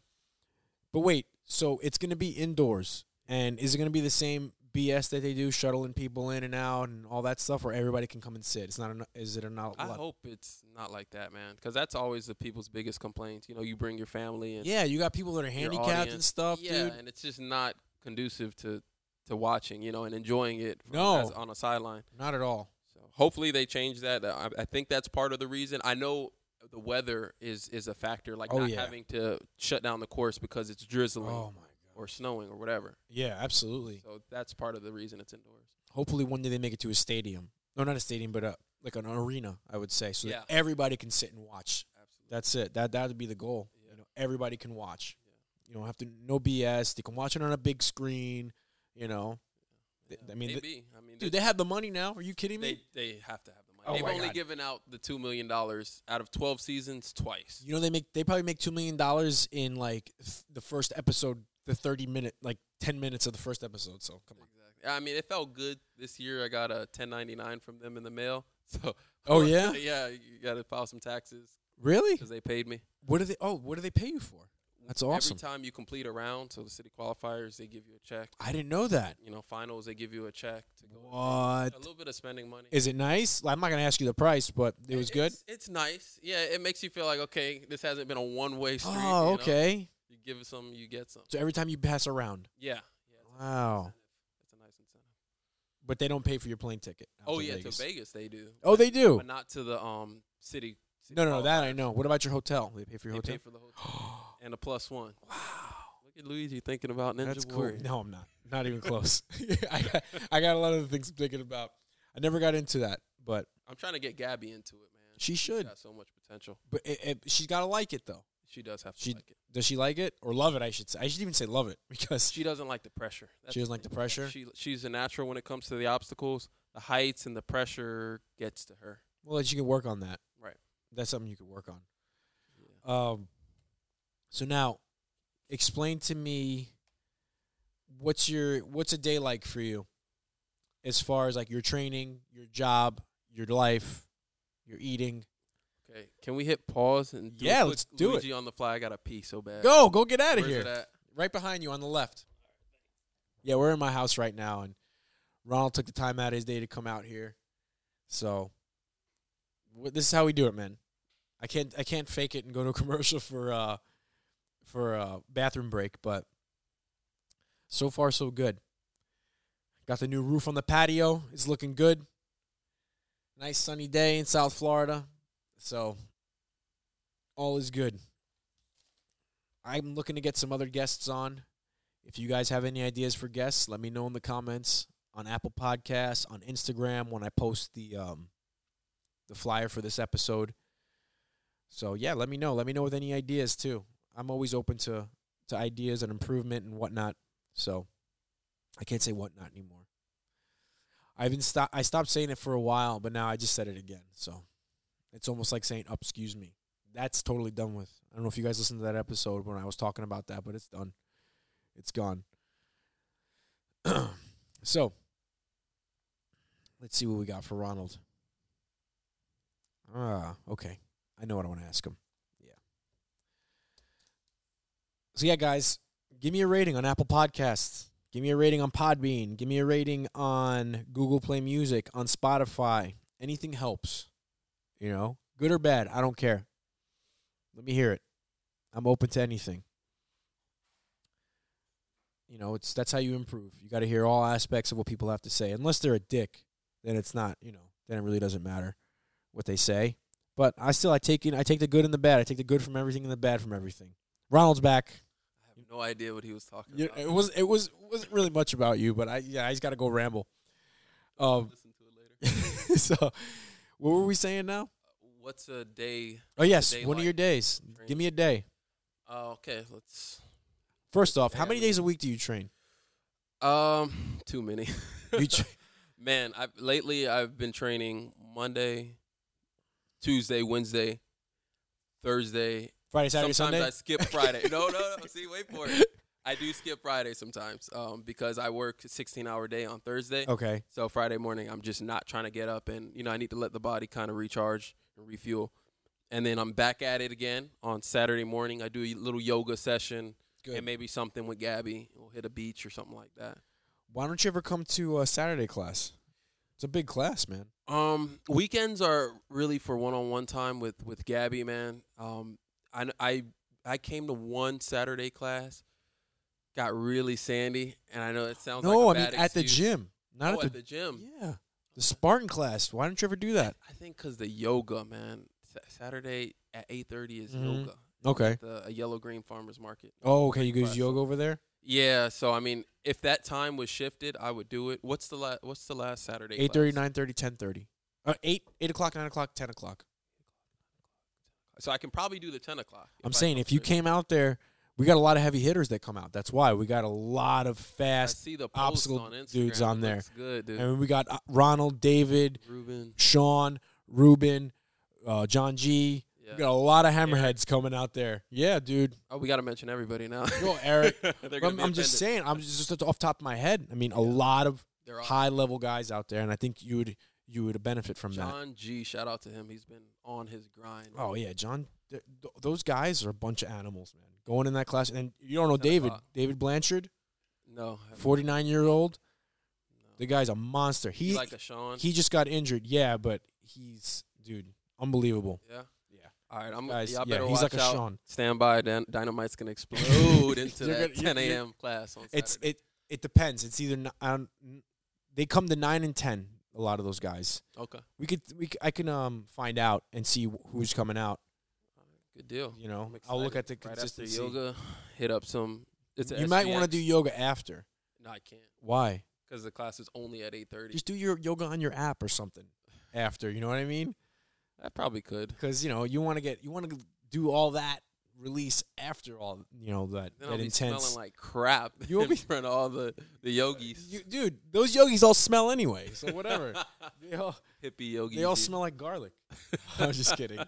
But wait, so it's going to be indoors, and is it going to be the same BS that they do, shuttling people in and out and all that stuff, where everybody can come and sit? It's not. An, is it an out? I lot- hope it's not like that, man, because that's always the people's biggest complaint. You know, you bring your family and Yeah, you got people that are your handicapped and audience. stuff, yeah, dude. and it's just not conducive to to watching, you know, and enjoying it. from- No. as- on a sideline. Not at all. So hopefully they change that. I, I think that's part of the reason. I know the weather is is a factor, like Oh, not yeah. having to shut down the course because it's drizzling Oh my god. or snowing or whatever. Yeah, absolutely. So that's part of the reason it's indoors. Hopefully, one day they make it to a stadium. No, not a stadium, but a like an arena. I would say so Yeah. that everybody can sit and watch. Absolutely. That's it. That that would be the goal. Yeah. You know, everybody can watch. Yeah. You don't have to no BS. They can watch it on a big screen. You know, Th- I mean, th- maybe. I mean, dude, they, they have the money now. Are you kidding me? they they have to have the money. Oh, my They've only God. given out the two million dollars out of twelve seasons twice. you know, they make they probably make two million dollars in like th- the first episode, the thirty minute, like ten minutes of the first episode. So come on. Exactly. I mean, it felt good this year. I got a ten ninety nine from them in the mail. So Oh, yeah? yeah. You got to file some taxes Really? because they paid me. What do they? Oh, what do they pay you for? That's awesome. Every time you complete a round, so the city qualifiers, they give you a check. I didn't know that. You know, finals, they give you a check to go. What A little bit of spending money. is it nice? Like, I'm not gonna ask you the price, but it was good. It's, it's nice. Yeah, it makes you feel like okay, this hasn't been a one way street. you Oh, know? okay. You give some, you get some. So every time you pass around, Yeah. yeah it's a nice Wow. incentive. It's a nice incentive. but they don't pay for your plane ticket. out Oh to yeah, Vegas. to Vegas they do. Oh, they do. But not to the um city. city No, no, no, qualifiers. that I know. What about your hotel? They pay for They your hotel. pay for the hotel and a plus one. wow. Look at Luigi thinking about Ninja That's cool. Warrior. No, I'm not. Not even close. I, got, I got a lot of things I'm thinking about. I never got into that, but I'm trying to get Gabby into it, man. she She's should. got so much potential. But it, it, she's got to like it though. She does have to She- like it. Does she like it or love it? I should say. I should even say love it because She doesn't like the pressure. She doesn't like the pressure? She she's a natural when it comes to the obstacles, the heights, and the pressure gets to her. well, you can work on that. Right. That's something you could work on. Yeah. Um, so now, explain to me what's your what's a day like for you, as far as like your training, your job, your life, your eating. Okay, can we hit pause and do a Yeah, quick let's do it. Luigi on the fly. I got to pee so bad. Go, go, get out of Uh, Where's here! it at? Right behind you on the left. Yeah, we're in my house right now, and Ronald took the time out of his day to come out here. So, wh- this is how we do it, man. I can't, I can't fake it and go to a commercial for, uh, for a bathroom break, but so far so good. Got the new roof on the patio. It's looking good. Nice sunny day in South Florida, so all is good. I'm looking to get some other guests on If you guys have any ideas for guests, let me know in the comments on Apple Podcasts, on Instagram when I post the um, the flyer for this episode. So yeah, let me know. Let me know with any ideas too. I'm always open to to ideas and improvement and whatnot. So I can't say whatnot anymore. I've been stop I stopped saying it for a while, but now I just said it again. So it's almost like saying up excuse me. That's totally done with. I don't know if you guys listened to that episode when I was talking about that, but it's done. It's gone. so let's see what we got for Ronald. Ah, okay. I know what I want to ask him. Yeah. So yeah, guys, give me a rating on Apple Podcasts. Give me a rating on Podbean. Give me a rating on Google Play Music, on Spotify. Anything helps. You know, good or bad, I don't care. Let me hear it. I'm open to anything. You know, it's that's how you improve. You got to hear all aspects of what people have to say. Unless they're a dick, then it's not, you know, then it really doesn't matter what they say. But I still I take in I take the good and the bad. I take the good from everything and the bad from everything. Ronald's back. I have no idea what he was talking You- about. it was it was wasn't really much about you, but I yeah, I just got to go ramble. Um, Listen to it later. so what were we saying now? What's a day? Oh yes, day one of like? your days. Give me a day. Uh, okay, let's. First off, how Yeah, many I mean- days a week do you train? Um, too many. You tra- Man, I've lately I've been training Monday, Tuesday, Wednesday, Thursday. Friday, Saturday, sometimes Sunday. I skip Friday. no, no, no. See, wait for it. I do skip Friday sometimes um, because I work a 16 hour day on Thursday. okay, So Friday morning, I'm just not trying to get up, and you know I need to let the body kind of recharge and refuel. And then I'm back at it again on Saturday morning. I do a little yoga session good. and maybe something with Gabby. We'll hit a beach or something like that. Why don't you ever come to uh, Saturday class? It's a big class, man. Um, weekends are really for one-on-one time with with Gabby, man. Um, I kn- I I came to one Saturday class, got really sandy, and I know it sounds no, like a I mean bad at the excuse. gym, not Oh, at, at the, the gym. yeah the Spartan class. Why don't you ever do that? I think because the yoga, man. Sa- Saturday at eight thirty is Mhm. yoga. Okay. The a yellow green farmers market. Oh, okay. You go Class. yoga over there. Yeah, so I mean, if that time was shifted, I would do it. What's the la- What's the last Saturday? 8.30, class? 9.30, 10.30. Uh, 8, 8 o'clock, 9 o'clock, 10 o'clock. So I can probably do the ten o'clock. I'm I saying come if you through. came out there, we got a lot of heavy hitters that come out. That's why we got a lot of I fast. see the obstacle post on Instagram. dudes on It there. looks good, dude. And we got uh, Ronald, David, Ruben. Sean, Ruben, uh, John G. Yeah. We got a lot of hammerheads coming out there. Yeah, dude. Oh, we got to mention everybody now. Yo, Eric. They're I'm, gonna be I'm just saying. offended. I'm just just off the top of my head. I mean, a lot of They're awesome. high level guys out there, and I think you would you would benefit from that. John G. Shout out to him. He's been on his grind. Oh yeah, John. th- th- those guys are a bunch of animals, man. Going in that class, and you don't know Ten David. o'clock. David Blanchard, no, I haven't. forty nine year old. No. The guy's a monster. You He like a Sean. he just got injured, yeah, but he's dude, unbelievable. yeah. Yeah. All right, I'm. Guys, y'all yeah, better he's like watch a out. Sean. Stand by. Dan- Dynamite's gonna explode into You're that gonna- you're- 10 you're- a.m. class on Saturday. It's it it depends. It's either n- um, they come to nine and ten. A lot of those guys. okay. We could we c- I can um find out and see wh- who's coming out. Good deal. You know, I'm I'll look excited. at the Right after consistency. yoga, hit up some. It's a you might want to do SPX. yoga after. No, I can't Why? because the class is only at 8:30. Just do your yoga on your app or something after. You know what I mean? I probably could. because you know you want to get you want to do all that release after all you know that Then that I'll be intense. smelling like crap You'll in be- front of all the the yogis. You- dude, those yogis all smell anyway, so whatever. they all Hippie yogis. they all dude. smell like garlic. I was just kidding.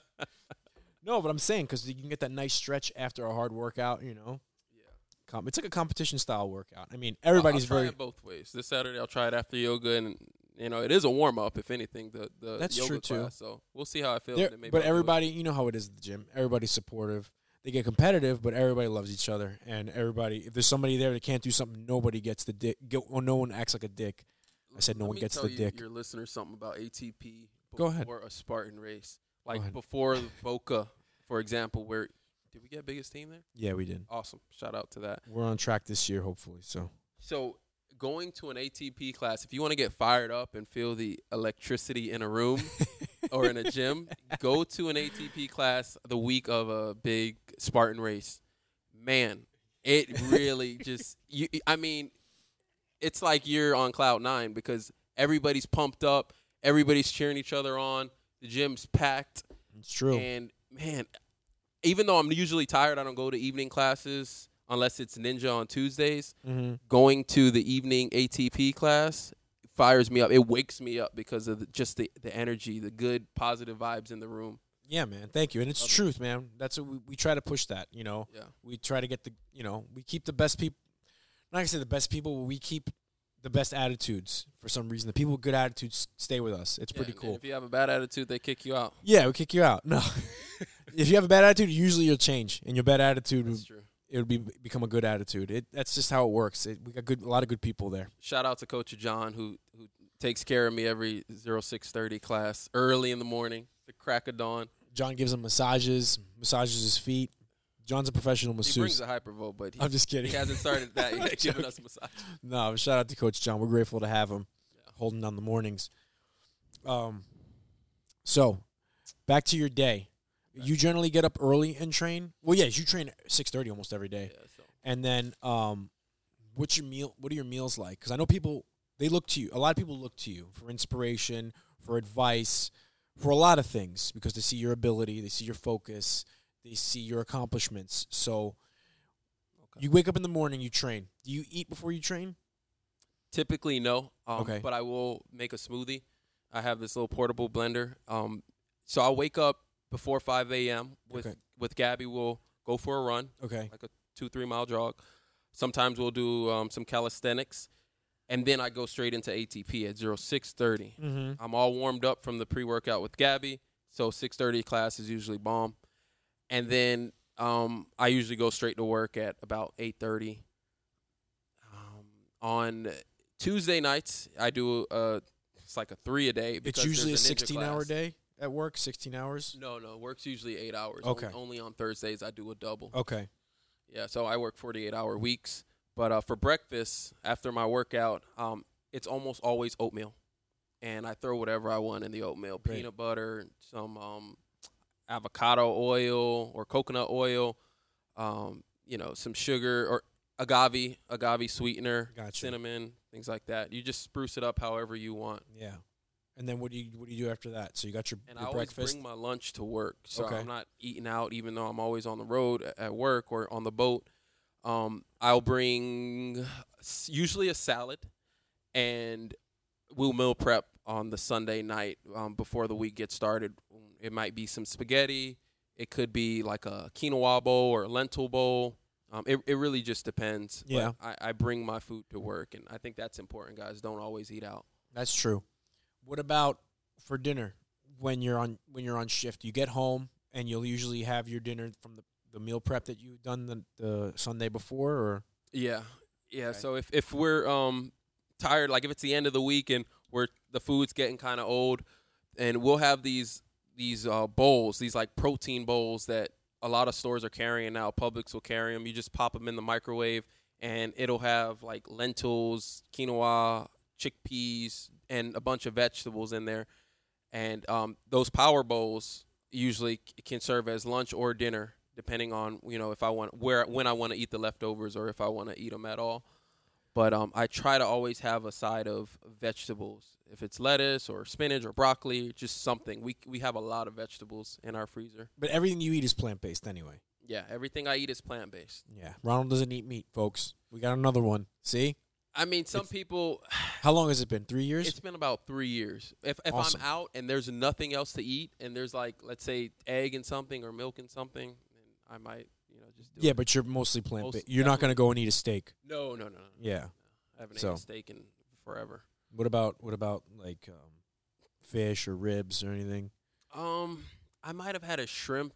No, but I'm saying because you can get that nice stretch after a hard workout. You know, Yeah. Com- it's like a competition style workout. I mean, I'll- everybody's I'll try very it both ways. This Saturday I'll try it after yoga, and you know it is a warm up if anything. The the That's yoga true, too. class, so we'll see how I feel. they're- and then maybe but I'll do it. everybody, you know how it is at the gym. Everybody's supportive. They get competitive, but everybody loves each other. And everybody, if there's somebody there that can't do something, nobody gets the dick. Go, or no one acts like a dick. I said no Let one me gets tell the you, dick. Your listeners something about ATP. Go ahead. Or a Spartan race, ahead. like before Boca, for example. Where did we get biggest team there? Yeah, we did. Awesome. Shout out to that. We're on track this year, hopefully. So So going to an ATP class, if you want to get fired up and feel the electricity in a room or in a gym, go to an ATP class the week of a big Spartan race. Man, It really just you. I mean, it's like you're on cloud nine because everybody's pumped up, everybody's cheering each other on. The gym's packed, It's true. and man, even though I'm usually tired, I don't go to evening classes unless it's ninja on Tuesdays. mm-hmm. Going to the evening ATP class fires me up. It wakes me up because of the, just the, the energy, the good positive vibes in the room. Yeah, man. Thank you. And it's truth, man. That's what we, we try to push that, you know. Yeah. We try to get the, you know, we keep the best people. Not going to say the best people, but we keep the best attitudes for some reason. The people with good attitudes stay with us. It's pretty Yeah, and cool. Mm-hmm. If you have a bad attitude, they kick you out. yeah, we kick you out. No. if you have a bad attitude, usually you'll change. And your bad attitude, That's would, true. it would be become a good attitude. It, that's just how it works. It, we got good, a lot of good people there. Shout out to Coach John who who takes care of me every 0630 class early in the morning, the crack of dawn. John gives him massages, massages his feet. John's a professional He brings masseuse. a hypervolt, but he, I'm just kidding. he hasn't started that I'm yet, giving us massage. No, but shout out to Coach John. We're grateful to have him holding down the mornings. Um, so back to your day. You generally get up early and train. Well, yes, you train six thirty almost every day, Yeah, so. and then um, what's your meal? What are your meals like? Because I know people they look to you. A lot of people look to you for inspiration, for advice, for a lot of things because they see your ability, they see your focus, they see your accomplishments. So you wake up in the morning, you train. Do you eat before you train? Typically, no. Um, Okay. But I will make a smoothie. I have this little portable blender. Um, so I'll wake up before 5 a.m. with Okay. with Gabby. We'll go for a run, Okay. like a two three mile jog. Sometimes we'll do um, some calisthenics, and then I go straight into ATP at 0630. Mm-hmm. I'm all warmed up from the pre workout with Gabby. So 6:30 class is usually bomb, and then um, I usually go straight to work at about 8:30. Um, on Tuesday nights, I do a it's like a three a day. It's because usually a there's ninja 16 hour class. day at work, 16 hours. No, no, work's usually eight hours. Okay. Only, only on Thursdays I do a double. Okay. Yeah, so I work 48 hour weeks. But uh, for breakfast after my workout, um, it's almost always oatmeal. And I throw whatever I want in the oatmeal Great. peanut butter, some um, avocado oil or coconut oil, um, you know, some sugar or agave, agave sweetener, Gotcha. cinnamon, things like that. You just spruce it up however you want. Yeah. And then what do you what do you do after that? So you got your, And I your always breakfast. bring my lunch to work, so Okay. I'm not eating out, even though I'm always on the road a- at work or on the boat. Um, I'll bring s- usually a salad, and we'll meal prep on the Sunday night um, before the week gets started. It might be some spaghetti. It could be like a quinoa bowl or a lentil bowl. Um, it it really just depends. But Yeah. I, I bring my food to work, and I think that's important, guys. Don't always eat out. That's true. What about for dinner when you're on when you're on shift? You get home and you'll usually have your dinner from the, the meal prep that you've done the, the Sunday before or Yeah. Yeah. Okay. So if, if we're um tired, like if it's the end of the week and we're the food's getting kind of old, and we'll have these these uh, bowls, these like protein bowls that a lot of stores are carrying now. Publix will carry them. You just pop them in the microwave, and it'll have like lentils, quinoa, chickpeas, and a bunch of vegetables in there. And um, those power bowls usually c- can serve as lunch or dinner, depending on you know if I want where when I want to eat the leftovers or if I want to eat them at all. But um, I try to always have a side of vegetables, if it's lettuce or spinach or broccoli, just something. We we have a lot of vegetables in our freezer. but everything you eat is plant based anyway. Yeah, everything I eat is plant based. Yeah. Ronald doesn't eat meat, folks. We got another one. See? I mean, some people. How long has it been? Three years? It's been about three years. If if Awesome. I'm out and there's nothing else to eat, and there's like let's say egg and something or milk and something, then I might you know just do yeah, it. but you're mostly plant Most- based. You're not gonna go and eat a steak. no no no no. Yeah. I haven't So. eaten steak in forever. What about what about like um, fish or ribs or anything? Um, I might have had a shrimp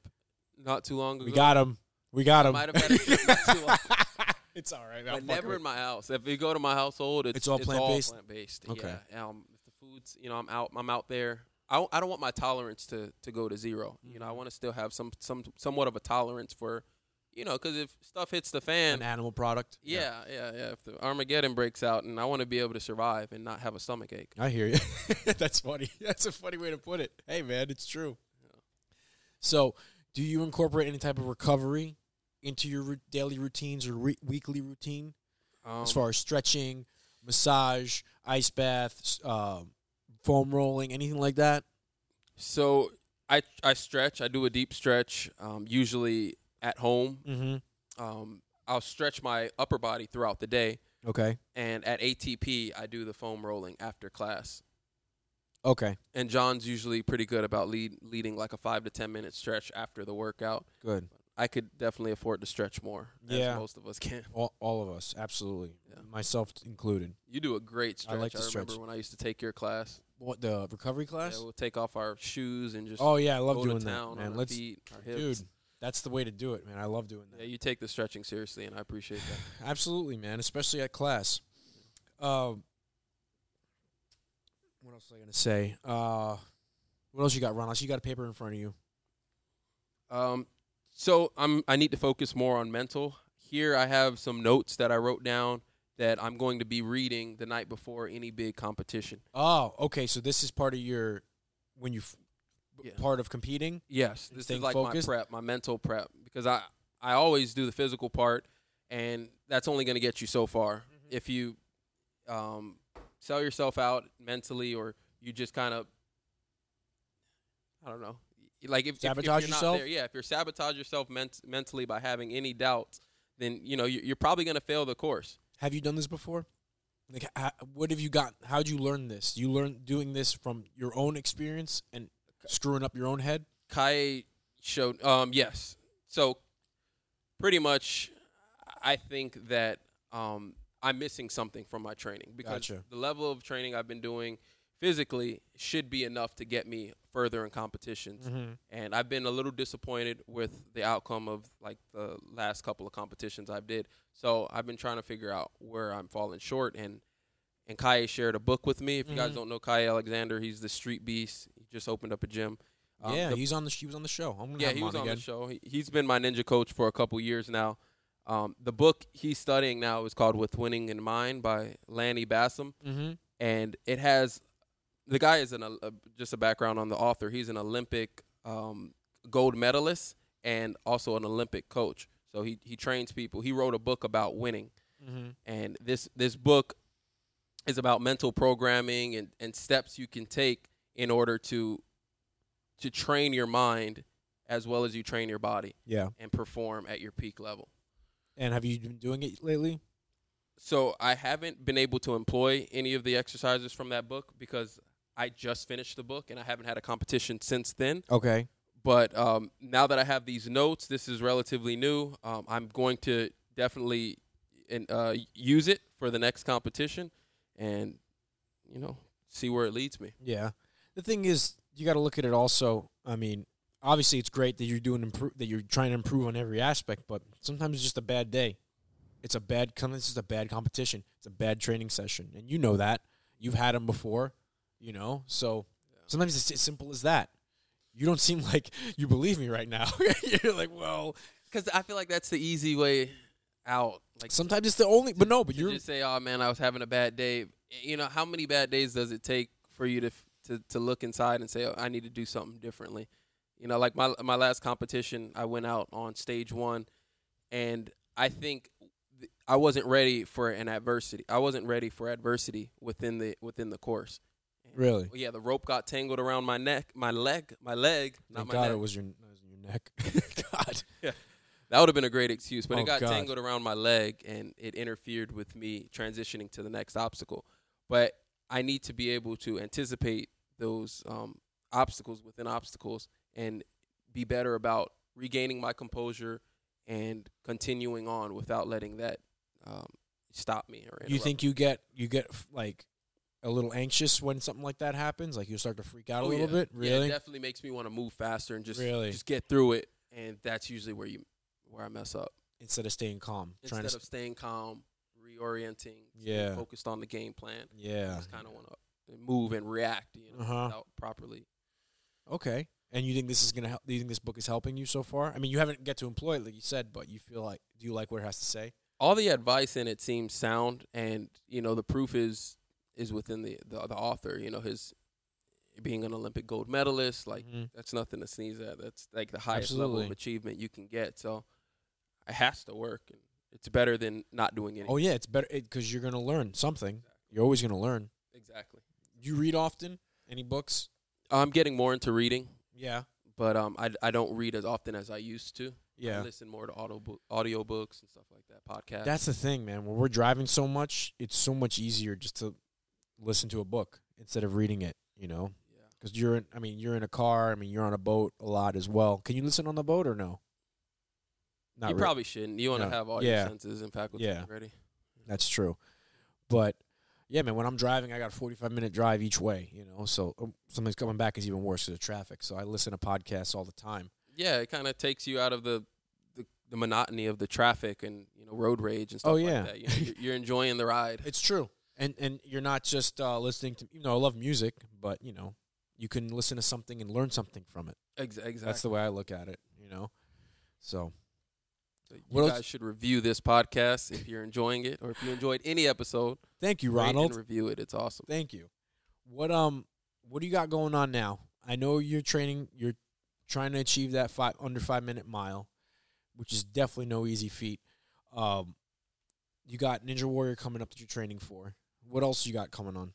not too long ago. We got him. We got him. might have had a shrimp not too long. it's all right. I'll but fuck never with- in my house. If you go to my household, it's, It's all plant-based? plant-based, Okay. Yeah. Um, if the food's, you know, I'm out. I'm out there. I, don't- I don't want my tolerance to, to go to 0 You know, I want to still have some some somewhat of a tolerance for, you know, because if stuff hits the fan, an animal product. yeah, yeah, yeah. If the Armageddon breaks out, and I want to be able to survive and not have a stomach ache. I hear you. That's funny. That's a funny way to put it. Hey, man, it's true. So, do you incorporate any type of recovery into your ru- daily routines or re- weekly routine Um, as far as stretching, massage, ice bath, s- um foam rolling, anything like that? so I I stretch. I do a deep stretch um, usually at home. Mm-hmm. Um, I'll stretch my upper body throughout the day, Okay. and at ATP I do the foam rolling after class. Okay. And John's usually pretty good about lead, leading like a five to ten minute stretch after the workout. Good. I could definitely afford to stretch more, Yeah. as most of us can. All, all of us, absolutely, Yeah. myself included. You do a great I stretch. I, like to remember stretch. when I used to take your class. What the recovery Yeah, class? we'll take off our shoes and just oh yeah, I love go doing to that, town man. on Let's, our feet, our hips. dude, that's the way to do it, man. I love doing that. Yeah, you take the stretching seriously, and I appreciate that. Absolutely, man. Especially at class. Um, what else was I gonna say? Uh, what else you got, Ronald? You got a paper in front of you. Um, so I'm I need to focus more on mental. Here I have some notes that I wrote down that I'm going to be reading the night before any big competition. Oh, okay. So this is part of your when you f- Yeah. part of competing. Yes, this Staying is like focused? my prep, my mental prep, because I I always do the physical part, and that's only going to get you so far. Mm-hmm. If you um, sell yourself out mentally, or you just kind of, I don't know, like if if- if Sabotage you're yourself? Not there, yeah, if you're sabotage yourself ment- mentally by having any doubts, then you know you- you're probably going to fail the course. Have you done this before? Like, ha what have you got? How'd you learn this? You learned doing this from your own experience and screwing up your own head. Kai showed um yes. So pretty much I think that um I'm missing something from my training because Gotcha. the level of training I've been doing physically should be enough to get me further in competitions. Mm-hmm. And I've been a little disappointed with the outcome of like the last couple of competitions I've did. So I've been trying to figure out where I'm falling short and and Kai shared a book with me. If you guys Mhm. don't know Kai Alexander, he's the street beast. He just opened up a gym. Um, yeah, the he's on the. He was on the show. I'm gonna yeah, have he him was on again. the show. He, he's been my ninja coach for a couple years now. Um, the book he's studying now is called "With Winning in Mind" by Lanny Bassam, Mm-hmm. and it has the guy is an uh, just a background on the author. He's an Olympic um, gold medalist and also an Olympic coach. So he he trains people. He wrote a book about winning Mm-hmm. and this this book is about mental programming and, and steps you can take in order to to train your mind as well as you train your body Yeah. and perform at your peak level. And have you been doing it lately? So I haven't been able to employ any of the exercises from that book because I just finished the book and I haven't had a competition since then. Okay. But um, now that I have these notes, this is relatively new. Um, I'm going to definitely and, uh, use it for the next competition, and you know, see where it leads me. Yeah. The thing is, you got to look at it also. I mean, obviously, it's great that you're doing improve that you're trying to improve on every aspect, but sometimes it's just a bad day. It's a bad. com- It's just a bad competition. It's a bad training session, and you know that. You've had them before, you know. So sometimes it's as simple as that. You don't seem like you believe me right now. you're like, well, Because I feel like that's the easy way out. Like sometimes it's the only. But no, but to you're just say, "Oh man, I was having a bad day." You know, how many bad days does it take for you to f- to, to look inside and say, "Oh, I need to do something differently"? You know, like my my last competition, I went out on stage one, and I think th- I wasn't ready for an adversity. I wasn't ready for adversity within the within the course. really. Yeah, the rope got tangled around my neck, my leg, my leg, not Thank my God neck. it was your, it was your neck. God. That would have been a great excuse, but Oh, it got God. tangled around my leg and it interfered with me transitioning to the next obstacle. But I need to be able to anticipate those um, obstacles within obstacles and be better about regaining my composure and continuing on without letting that um, stop me or you interrupt think you get you get f- like a little anxious when something like that happens like you start to freak out a Oh, little yeah. bit Yeah, really it definitely makes me want to move faster and just Really? just get through it. And that's usually where you where I mess up. instead of staying calm trying Instead to of staying calm, reorienting, staying Yeah. focused on the game plan. st- yeah just kind of want to move and react, you know, Uh-huh. without properly. okay and you think this is gonna help do you think this book is helping you so far i mean you haven't get to employ it like you said but you feel like do you like what it has to say All the advice in it seems sound, and you know, the proof is is within the the, the author. You know, his being an Olympic gold medalist, like Mhm. that's nothing to sneeze at. That's like the highest level of Absolutely. achievement you can get. So it has to work. And it's better than not doing anything. Oh yeah, it's better because you're gonna learn something. You're always gonna learn. Exactly. You read often? Any books? I'm getting more into reading, Yeah, but um, I I don't read as often as I used to. I yeah. listen more to audio audiobooks and stuff like that, podcasts. That's the thing, man. When we're driving so much, it's so much easier just to listen to a book instead of reading it. You know, yeah. because you're in. I mean, you're in a car. I mean, you're on a boat a lot as well. Can you listen on the boat or no? Not you really. probably shouldn't. You want to No. have all Yeah. your senses and faculties Yeah. ready. That's true. But yeah, man, when I'm driving, I got a 45 minute drive each way, you know. So um, something's coming back is even worse because of traffic. So I listen to podcasts all the time. Yeah, it kind of takes you out of the, the the monotony of the traffic and you know road rage and stuff Oh, like yeah. that. You know, you're, you're enjoying the ride. It's true. And and you're not just uh, listening to, you know, I love music, but you know, you can listen to something and learn something from it. Ex- exactly. That's the way I look at it, you know. So So you What else- guys should review this podcast if you're enjoying it, or if you enjoyed any episode. thank you, rate and Ronald. review it. It's awesome. Thank you. What um what do you got going on now? I know you're training you're trying to achieve that five under five minute mile, which is definitely no easy feat. Um you got Ninja Warrior coming up that you're training for. What else you got coming on?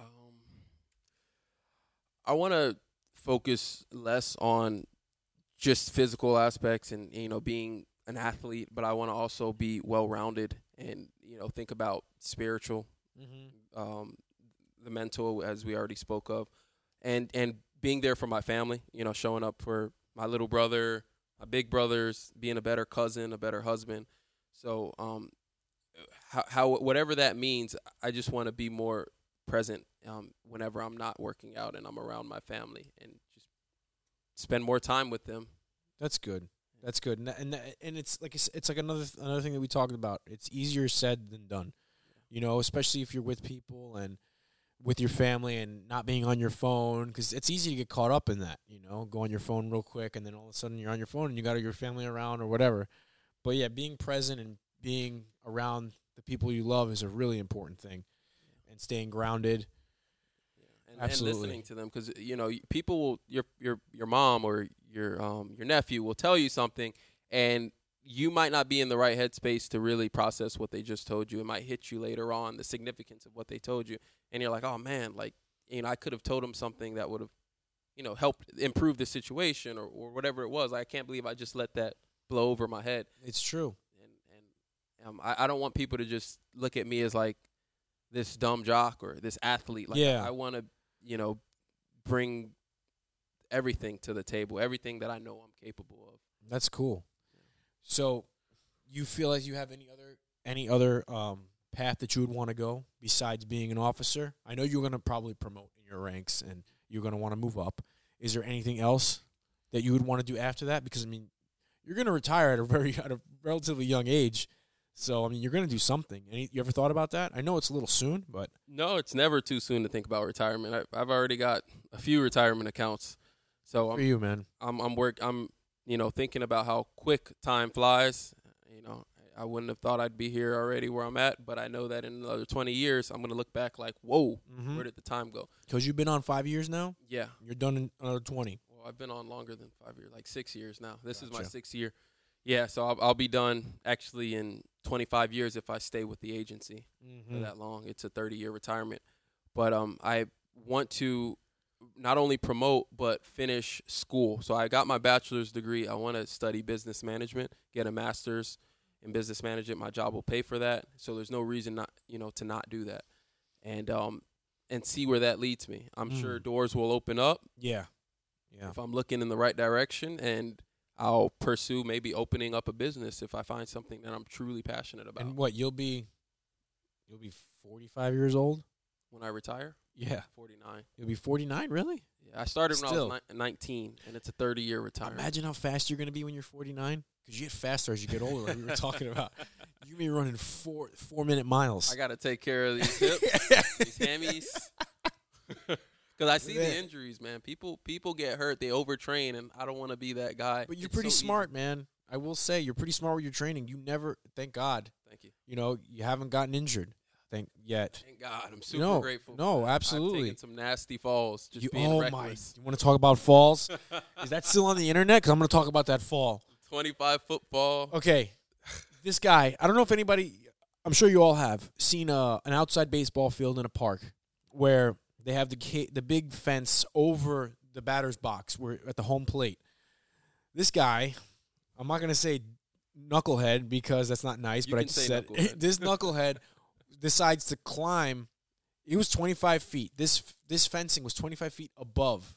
Um, I want to focus less on just physical aspects and you know being an athlete, but I want to also be well rounded and you know think about spiritual, Mm-hmm. um, the mental as we already spoke of, and and being there for my family. You know, showing up for my little brother, my big brothers, being a better cousin, a better husband. So, um, how, how whatever that means, I just want to be more present um, whenever I'm not working out and I'm around my family and just spend more time with them. That's good. That's good. And tha- and tha- and it's like it's, it's like another th- another thing that we talked about. It's easier said than done. You know, especially if you're with people and with your family and not being on your phone cuz it's easy to get caught up in that, you know, go on your phone real quick and then all of a sudden you're on your phone and you got your family around or whatever. But yeah, being present and being around the people you love is a really important thing. And staying grounded. and, Absolutely. and listening to them because you know y- people will your your your mom or your um your nephew will tell you something and you might not be in the right headspace to really process what they just told you it might hit you later on the significance of what they told you and you're like oh man like you know I could have told them something that would have you know helped improve the situation or, or whatever it was I can't believe I just let that blow over my head It's true. and and um, I, I don't want people to just look at me as like this dumb jock or this athlete. Like Yeah. I, want to, you know, bring everything to the table, everything that I know I'm capable of. That's cool. So, you feel like you have any other any other um, path that you would want to go besides being an officer? I know you're going to probably promote in your ranks and you're going to want to move up. Is there anything else that you would want to do after that? Because I mean, you're going to retire at a very at a relatively young age, so I mean, you're going to do something. Any, you ever thought about that? I know it's a little soon, but No, it's never too soon to think about retirement. I, I've already got a few retirement accounts, so for I'm you, man, I'm I'm work I'm you know thinking about how quick time flies. You know, I wouldn't have thought I'd be here already where I'm at, but I know that in another 20 years, I'm gonna look back like, whoa, where because did the time go? Mm-hmm. you've been on five years now. Yeah, You're done in another twenty. Well, I've been on longer than five years, like six years now. This is my Gotcha. sixth year. Yeah, so I'll, I'll be done actually in 25 years if I stay with the agency Mm-hmm. Mm. for that long. It's a 30 year retirement, but um, I want to not only promote but finish school. So I got my bachelor's degree. I want to study business management, get a master's in business management. My job will pay for that, so there's no reason not you know to not do that, and um, and see where that leads me. I'm Mm. sure doors will open up Yeah, yeah. if I'm looking in the right direction and I'll pursue maybe opening up a business if I find something that I'm truly passionate about And what you'll be, you'll be forty five years old. when I retire. Yeah, 49. you'll be forty nine. Really? Yeah, I started when I Still. was ni- 19 and it's a 30 year retirement. Imagine how fast you're gonna be when you're forty nine. Because you get faster as you get older. like we were talking about you be running four four minute miles. I got to take care of these hips, these hammies. Cuz I see the Man. injuries, man. People people get hurt, they overtrain and I don't want to be that guy. but you're It's pretty so easy. smart, man. I will say you're pretty smart with your training. You never, thank God, Thank you. you know you haven't gotten injured. Thank yet. Thank God. I'm super No, grateful. for no, that. absolutely. I've taken some nasty falls just You, being oh my! reckless. You want to talk about falls? Is that still on the internet? Because I'm going to talk about that fall. 25 football. Okay, this guy. I don't know if anybody. I'm sure you all have seen a, an outside baseball field in a park where they have the ca- the big fence over the batter's box, where at the home plate. This guy, I'm not gonna say knucklehead because that's not nice, You but I can just say said knucklehead. this knucklehead decides to climb. It was 25 feet. This this fencing was 25 feet above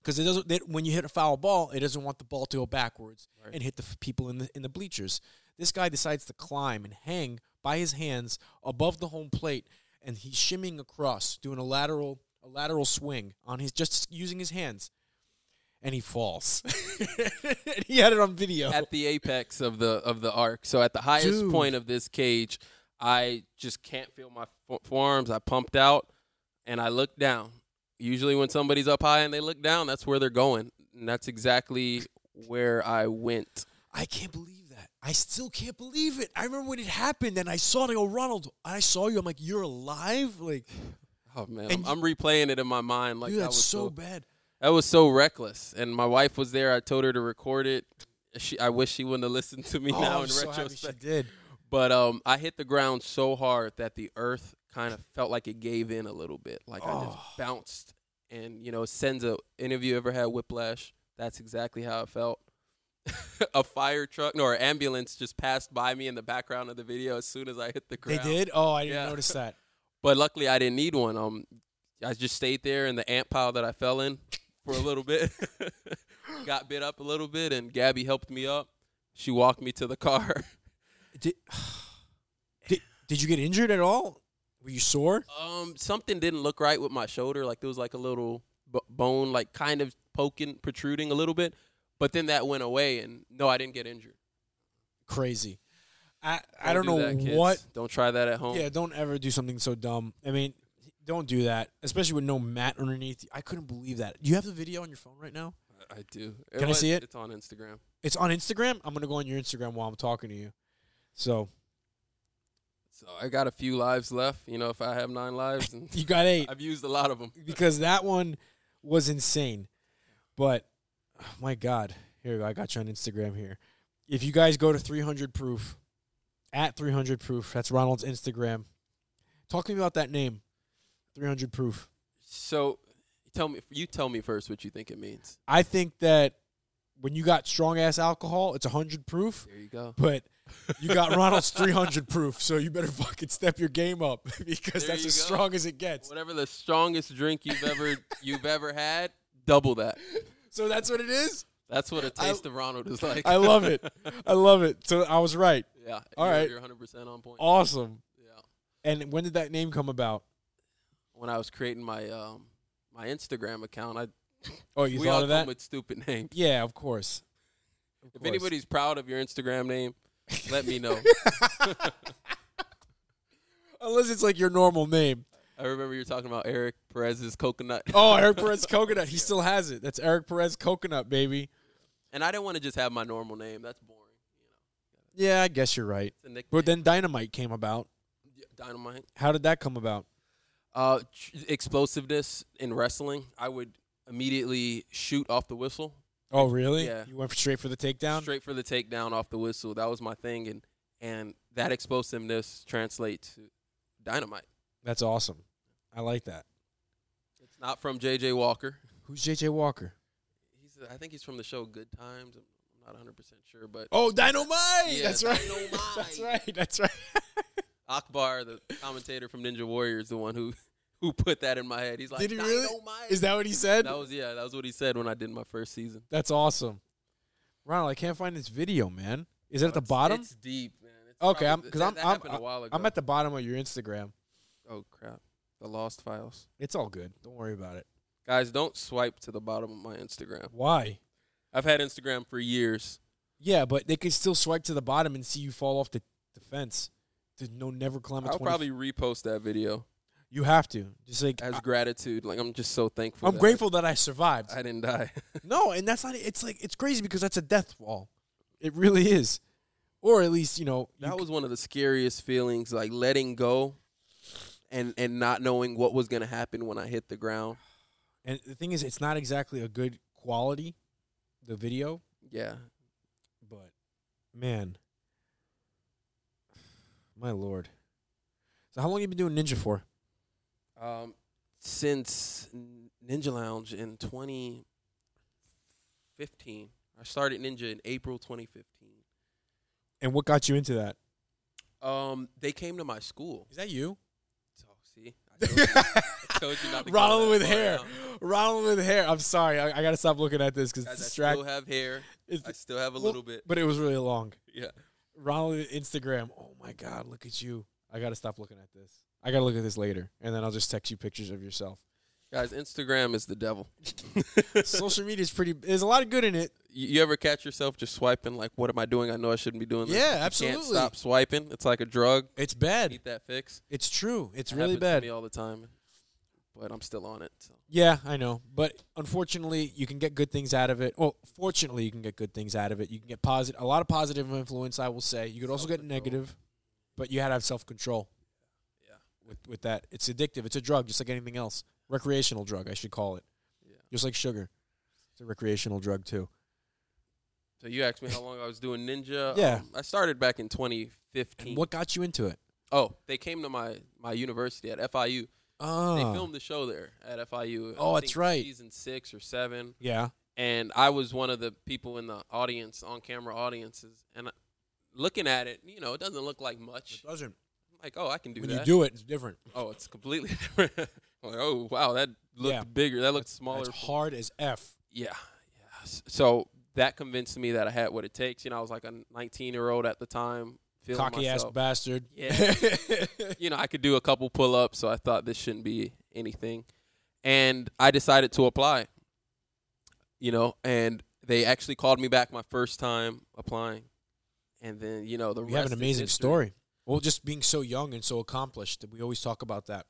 because it doesn't. It, when you hit a foul ball, it doesn't want the ball to go backwards Right. and hit the f- people in the in the bleachers. This guy decides to climb and hang by his hands above the home plate, and he's shimmying across, doing a lateral a lateral swing on his just using his hands, and he falls. he had it on video. at the apex of the of the arc. So at the highest Dude. point of this cage, I just can't feel my fo- forearms. I pumped out and I looked down. Usually when somebody's up high and they look down, that's where they're going. And that's exactly where I went. I can't believe that. I still can't believe it. I remember when it happened, and I saw it. I go, Ronald, I saw you. I'm like, you're alive. Like, Oh man, And I'm, I'm replaying it in my mind like dude, that that's was so so bad. that was so reckless. And my wife was there. I told her to record it. She, I wish she wouldn't have listened to me oh, now I'm in so happy retrospect. she did. But um, I hit the ground so hard that the earth kind of felt like it gave in a little bit. Like I Oh. just bounced, and you know, it sends a. Any of you ever had whiplash? That's exactly how it felt. a fire truck, no, an ambulance just passed by me in the background of the video as soon as I hit the ground. They did. Oh, I didn't Yeah. notice that. but luckily I didn't need one. Um, I just stayed there in the ant pile that I fell in for a little bit. Got bit up a little bit, and Gabby helped me up. She walked me to the car. Did, did did you get injured at all? Were you sore? Um, something didn't look right with my shoulder. Like there was like a little b- bone, like kind of poking, protruding a little bit. But then that went away, and no, I didn't get injured. Crazy. I I don't do know that, kids. what. Don't try that at home. Yeah, don't ever do something so dumb. I mean, don't do that, especially with no mat underneath. you. I couldn't believe that. Do you have the video on your phone right now? I I do. Can I see it? It's on Instagram. It's on Instagram. I'm gonna go on your Instagram while I'm talking to you. So So I got a few lives left. You know, if I have nine lives, and you got eight I've used a lot of them. because that one was insane. But oh my God, here I got you on Instagram here. If you guys go to 300 proof at 300 proof, that's Ronald's Instagram. Talk to me about that name, 300 proof. So tell me, you tell me first what you think it means. I think that when you got strong ass alcohol, it's 100 proof. There you go. But you got Ronald's 300 proof, so you better fucking step your game up because There that's you as go. strong as it gets. Whatever the strongest drink you've ever you've ever had, double that. So that's what it is. That's what a I- taste of Ronald is like. I love it. I love it. So I was right. yeah. All you're, right. You're 100 percent on point. Awesome. Yeah. And when did that name come about? when I was creating my um my Instagram account. I Oh, you we all thought come of that? with stupid names. yeah, of course. Of If course. anybody's proud of your Instagram name, let me know. unless it's like your normal name. I remember you're talking about Eric Perez's coconut, Oh, Eric Perez Coconut. He still has it. That's Eric Perez Coconut, baby. and I didn't want to just have my normal name. That's boring. Yeah, I guess you're right. It's a nickname. But then Dynamite came about. Yeah, dynamite. How did that come about? Uh, tr- explosiveness in wrestling. I would immediately shoot off the whistle, Oh, really? Yeah. You went straight for the takedown. straight for the takedown off the whistle. That was my thing, and and that explosiveness translates to dynamite. That's awesome. I like that. It's not from J.J. Walker. Who's JJ Walker? He's, I think he's from the show Good Times. I'm not 100 percent sure, but Oh, Dynamite. Yeah, That's right. Dynamite. That's right. That's right. Akbar, the commentator from Ninja Warrior, is the one who who put that in my head. He's like, Did he really? "Dynamite." Is that what he said? That was yeah, that was what he said when I did my first season. That's awesome. Ronald, I can't find this video, man. Is it at the bottom? It's deep, man. It's Okay, probably- I'm- 'cause that- I'm- that I'm- happened a while ago. I'm at the bottom of your Instagram. oh crap, the lost files. It's all good. Don't worry about it. Guys, don't swipe to the bottom of my Instagram. Why? I've had Instagram for years. Yeah, but they can still swipe to the bottom and see you fall off the, the fence. Dude, no, never climb a I'll 20 probably repost that video You have to. Just like as I, gratitude. Like I'm just so thankful. am that grateful that I survived. I didn't die. no, and that's not. It's like it's crazy because that's a death wall. It really is, or at least you know you That was one of the scariest feelings, like letting go and and not knowing what was gonna happen when I hit the ground. And the thing is, it's not exactly a good quality, the video, Yeah. but man, my lord. So how long you been doing ninja for? Um, since N- Ninja Lounge in 2015, I started Ninja in April 2015. And what got you into that? Um, they came to my school. Is that you? So Oh, see, I told you, I told you not to go Ronald that with far hair. down. Ronald with hair. I'm sorry. I, I got to stop looking at this because Guys, it's I distract. still have hair. it's- I still have a Well- little bit. but it was really long. Yeah. Ronald with Instagram. Oh my God, look at you. I got to stop looking at this. I got to look at this later. And then I'll just text you pictures of yourself. Guys, Instagram is the devil. Social media is pretty, there's a lot of good in it. you, you ever catch yourself just swiping like, what am I doing? I know I shouldn't be doing this. Yeah, You absolutely. Can't stop swiping. It's like a drug. It's bad. Need that fix. It's true. It's It really happens bad. To me all the time, but I'm still on it. So. Yeah, I know. But unfortunately, you can get good things out of it. Well, fortunately, you can get good things out of it. You can get positive, a lot of positive influence, I will say. You could also get Self-control. negative, but you had to have self control. Yeah. With, with that, it's addictive. It's a drug, just like anything else. Recreational drug, I should call it. Yeah. Just like sugar. It's a recreational drug, too. So you asked me how long I was doing Ninja. Yeah. Um, I started back in And 2015. what got you into it? Oh, they came to my my university at FIU. Oh. They filmed the show there at FIU. Oh, I that's think right. Season six or seven, Yeah. and I was one of the people in the audience, on camera audiences, and. I, Looking at it, you know, it doesn't look like much. doesn't. Like, oh, I can do when that. you do it, it's different. Oh, it's completely different. like, oh wow, that looked Yeah. bigger. That looked smaller. It's hard as F. Yeah, yeah. S- So that convinced me that I had what it takes. You know, I was like a 19 year old at the time, feeling Cocky ass myself. bastard. Yeah. you know, I could do a couple pull ups, so I thought this shouldn't be anything, and I decided to apply. You know, and they actually called me back my first time applying, and then you know the You have rest an is amazing history. story. Well, just being so young and so accomplished. We always talk about that.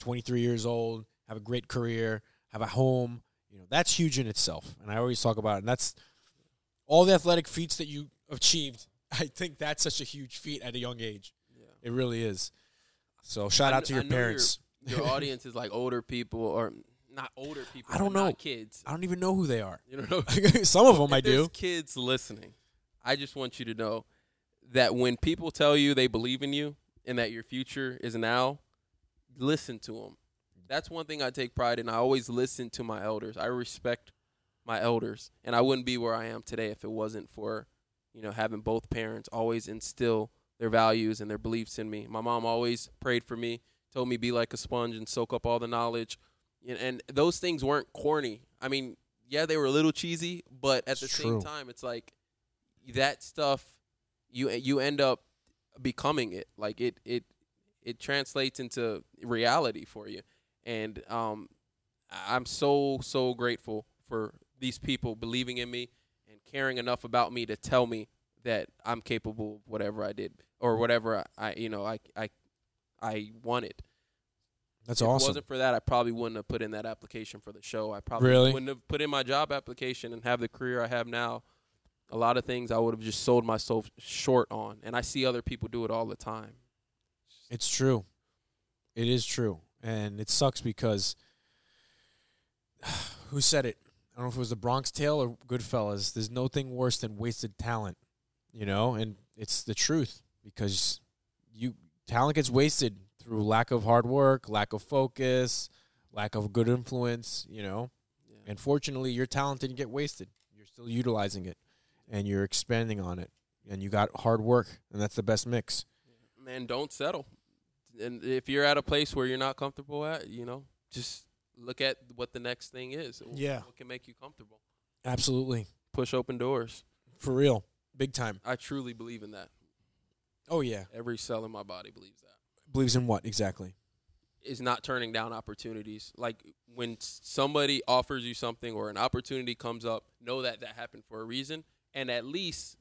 23 years old, have a great career, have a home. You know, that's huge in itself. And I always talk about it. And that's all the athletic feats that you achieved. I think that's such a huge feat at a young age. Yeah. It really is. So shout I out kn- to your I know you're- parents. your audience is like older people or not older people. I don't but not know. kids. I don't even know who they are. You don't know. Some of them I If there's do. Kids listening, I just want you to know that when people tell you they believe in you and that your future is now, listen to them. That's one thing I take pride in. I always listen to my elders. I respect my elders, and I wouldn't be where I am today if it wasn't for you know having both parents always instill their values and their beliefs in me. My mom always prayed for me, told me be like a sponge and soak up all the knowledge. And, and those things weren't corny. I mean, yeah, they were a little cheesy, but It's at the true. same time, it's like that stuff you you end up becoming it. Like it it it translates into reality for you. And um, I- I'm so so grateful for these people believing in me and caring enough about me to tell me that I'm capable of whatever I did or whatever I, I you know I I I wanted. That's if it awesome. wasn't for that, I probably wouldn't have put in that application for the show. I probably Really? wouldn't have put in my job application and have the career I have now. A lot of things I would have just sold myself short on, and I see other people do it all the time. It's true. It is true. And it sucks because who said it? I don't know if it was the Bronx Tale or Goodfellas. There's no thing worse than wasted talent, you know? And it's the truth because you talent gets wasted through lack of hard work, lack of focus, lack of good influence, you know? Yeah. And fortunately, your talent didn't get wasted. You're still utilizing it and you're expanding on it. And you got hard work, and that's the best mix. Man, don't settle. And if you're at a place where you're not comfortable at, you know, just look at what the next thing is. Yeah. what can make you comfortable? Absolutely. Push open doors. For real. Big time. I truly believe in that. Oh yeah. Every cell in my body believes that. Believes in what exactly? Is not turning down opportunities. Like when s- somebody offers you something or an opportunity comes up, know that that happened for a reason, and at least,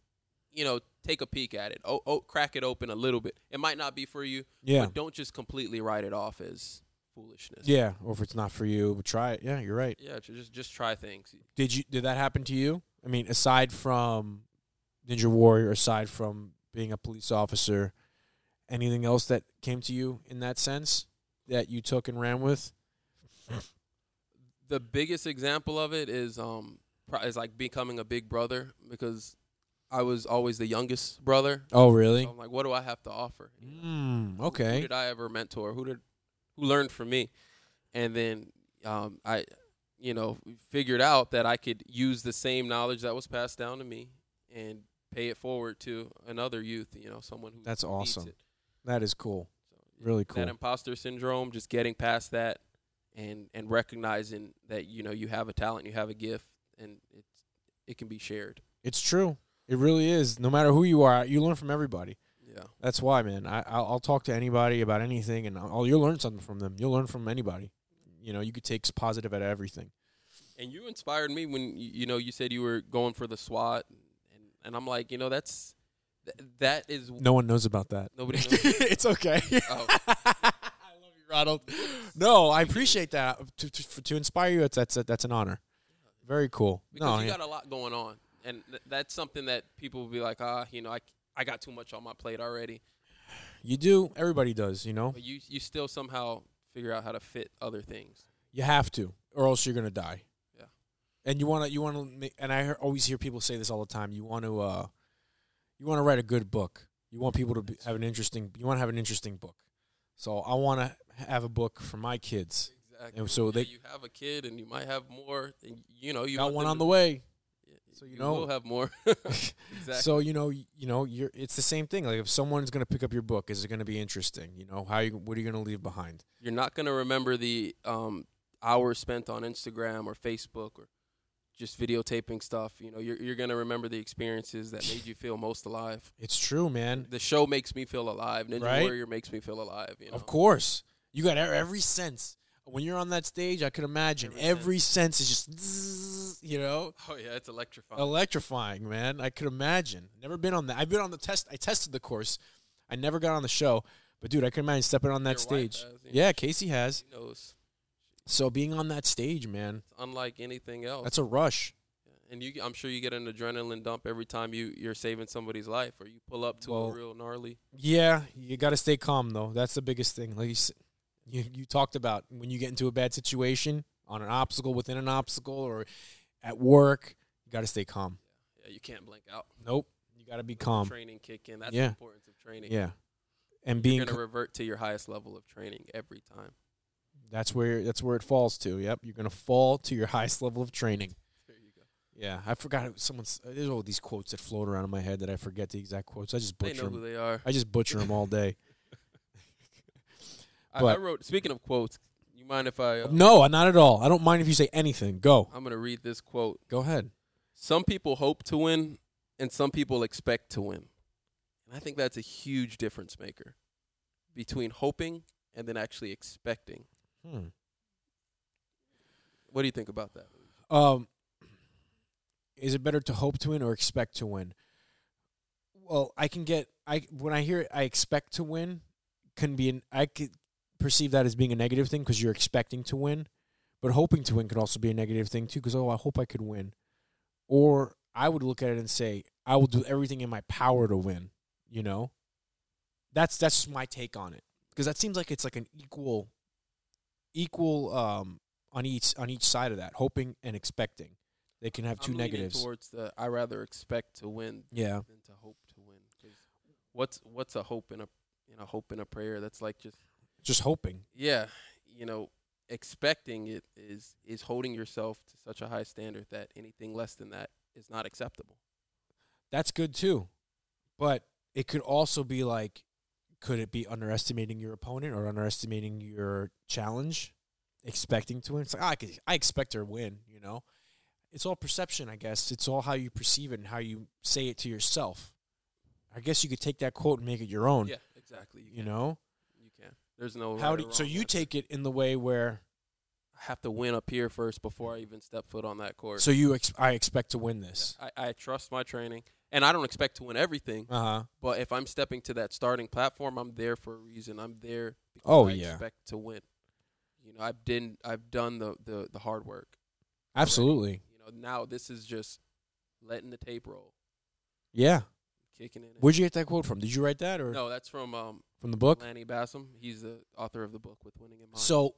you know, take a peek at it. Oh, oh crack it open a little bit. It might not be for you, Yeah. but don't just completely write it off as foolishness. Yeah. Or if it's not for you, but try it. Yeah, you're right. yeah. ju- Just just try things. Did you did that happen to you? I mean, aside from Ninja Warrior, aside from being a police officer, anything else that came to you in that sense that you took and ran with? the biggest example of it is um pro- is like becoming a big brother because I was always the youngest brother. Oh, really? So I'm like, what do I have to offer? Mm, Who okay. did I ever mentor? Who did who learned from me? And then um, I, you know, figured out that I could use the same knowledge that was passed down to me and pay it forward to another youth. You know, someone who That's needs awesome. it. That is cool. So, yeah, Really cool. That imposter syndrome, just getting past that, and and recognizing that you know you have a talent, you have a gift, and it's it can be shared. It's true. It really is. No matter who you are, you learn from everybody. Yeah. That's why, man. I, I'll, I'll talk to anybody about anything, and I'll, you'll learn something from them. You'll learn from anybody. You know, you could take positive out of everything. And you inspired me when you, you know you said you were going for the SWAT, and and I'm like, you know, that's th- that is No one knows about that. nobody. Knows. it's okay. Oh. I love you, Ronald. No, I appreciate that. To, to, for- to inspire you, it's, that's a, that's an honor. Very cool. because no, you yeah. got a lot going on, and th- that's something that people will be like, ah, you know, I, I got too much on my plate already. you do. Everybody does, you know? But you you still somehow figure out how to fit other things. You have to, or else you're gonna die. Yeah. And you want to, you want to, and I hear, always hear people say this all the time. You want to, uh, you want to write a good book. You want people to be, have an interesting. You want to have an interesting book. So I want to have a book for my kids. Exactly. And so Yeah, they- you have a kid, and you might have more. And you know, you Got want one them on to- the way. so you you, know- will have more. exactly. So you know, y- you know, you're. It's the same thing. Like if someone's gonna pick up your book, is it gonna be interesting? You know, how you, what are you gonna leave behind? You're not gonna remember the um, hours spent on Instagram or Facebook or just videotaping stuff. You know, you're you're gonna remember the experiences that made you feel most alive. It's true, man. The show makes me feel alive. Ninja Right? Warrior makes me feel alive. You know? Of course, you got e- every sense. When you're on that stage, I could imagine every, Every sense. is just, zzzz, you know, Oh yeah, it's electrifying. electrifying, man. I could imagine. Never been on that. I've been on the test. I tested the course. I never got on the show, but dude, I can imagine stepping on that Your wife stage. has, you know, yeah, Casey has. She knows. So being on that stage, man, It's unlike anything else. that's a rush. and you, I'm sure you get an adrenaline dump every time you you're saving somebody's life or you pull up to Well- a real gnarly. Yeah, you got to stay calm though. That's the biggest thing. Like you, s- you, you talked about when you get into a bad situation on an obstacle within an obstacle or at work, you got to stay calm. Yeah, you can't blink out. Nope, you got to be calm. Training kick in. That's Yeah. the importance of training. Yeah, and You're being gonna revert to your highest level of training every time. that's where that's where it falls to. Yep, you're gonna fall to your highest level of training. There you go. Yeah, I forgot someone's. There's all these quotes that float around in my head that I forget the exact quotes. I just They butcher know them. who they are. I just butcher them all day. I, I But- wrote. Speaking of quotes, you mind if I? Uh, No, not at all. I don't mind if you say anything. Go, I'm gonna read this quote. go ahead. Some people hope to win, and some people expect to win. And I think that's a huge difference maker between hoping and then actually expecting. Hmm. What do you think about that? Um, is it better to hope to win or expect to win? Well, I can get I when I hear I expect to win can be an I could perceive that as being a negative thing because you're expecting to win, but hoping to win could also be a negative thing too because oh I hope I could win, or I would look at it and say I will do everything in my power to win. You know, that's that's just my take on it because that seems like it's like an equal, equal um on each on each side of that hoping and expecting. They can have 2 I'm leaning negatives. Towards the, I rather expect to win yeah. than to hope to win. 'Cause what's what's a hope and a you know hope and a prayer? That's like just just hoping. yeah, you know, expecting it is is holding yourself to such a high standard that anything less than that is not acceptable. That's good too. But it could also be like could it be underestimating your opponent or underestimating your challenge, expecting to win? It's like "Ah, I could, I expect her to win, you know. It's all perception, I guess. It's all how you perceive it and how you say it to yourself. I guess you could take that quote and make it your own, Yeah, exactly. You, you can. know. you can. There's no how right do or so wrong you answer. take it in the way where I have to win up here first before I even step foot on that court. so you ex- I expect to win this. I, I trust my training, and I don't expect to win everything. Uh-huh. But if I'm stepping to that starting platform, I'm there for a reason. I'm there because Oh, I yeah. expect to win. You know, I've done I've done the the, the hard work. already. Absolutely. You know, now this is just letting the tape roll, Yeah. kicking it in. Where'd you get that quote from? Did you write that or no, that's from um, from the book? Lanny Bassam. He's the author of the book with winning in mind. So,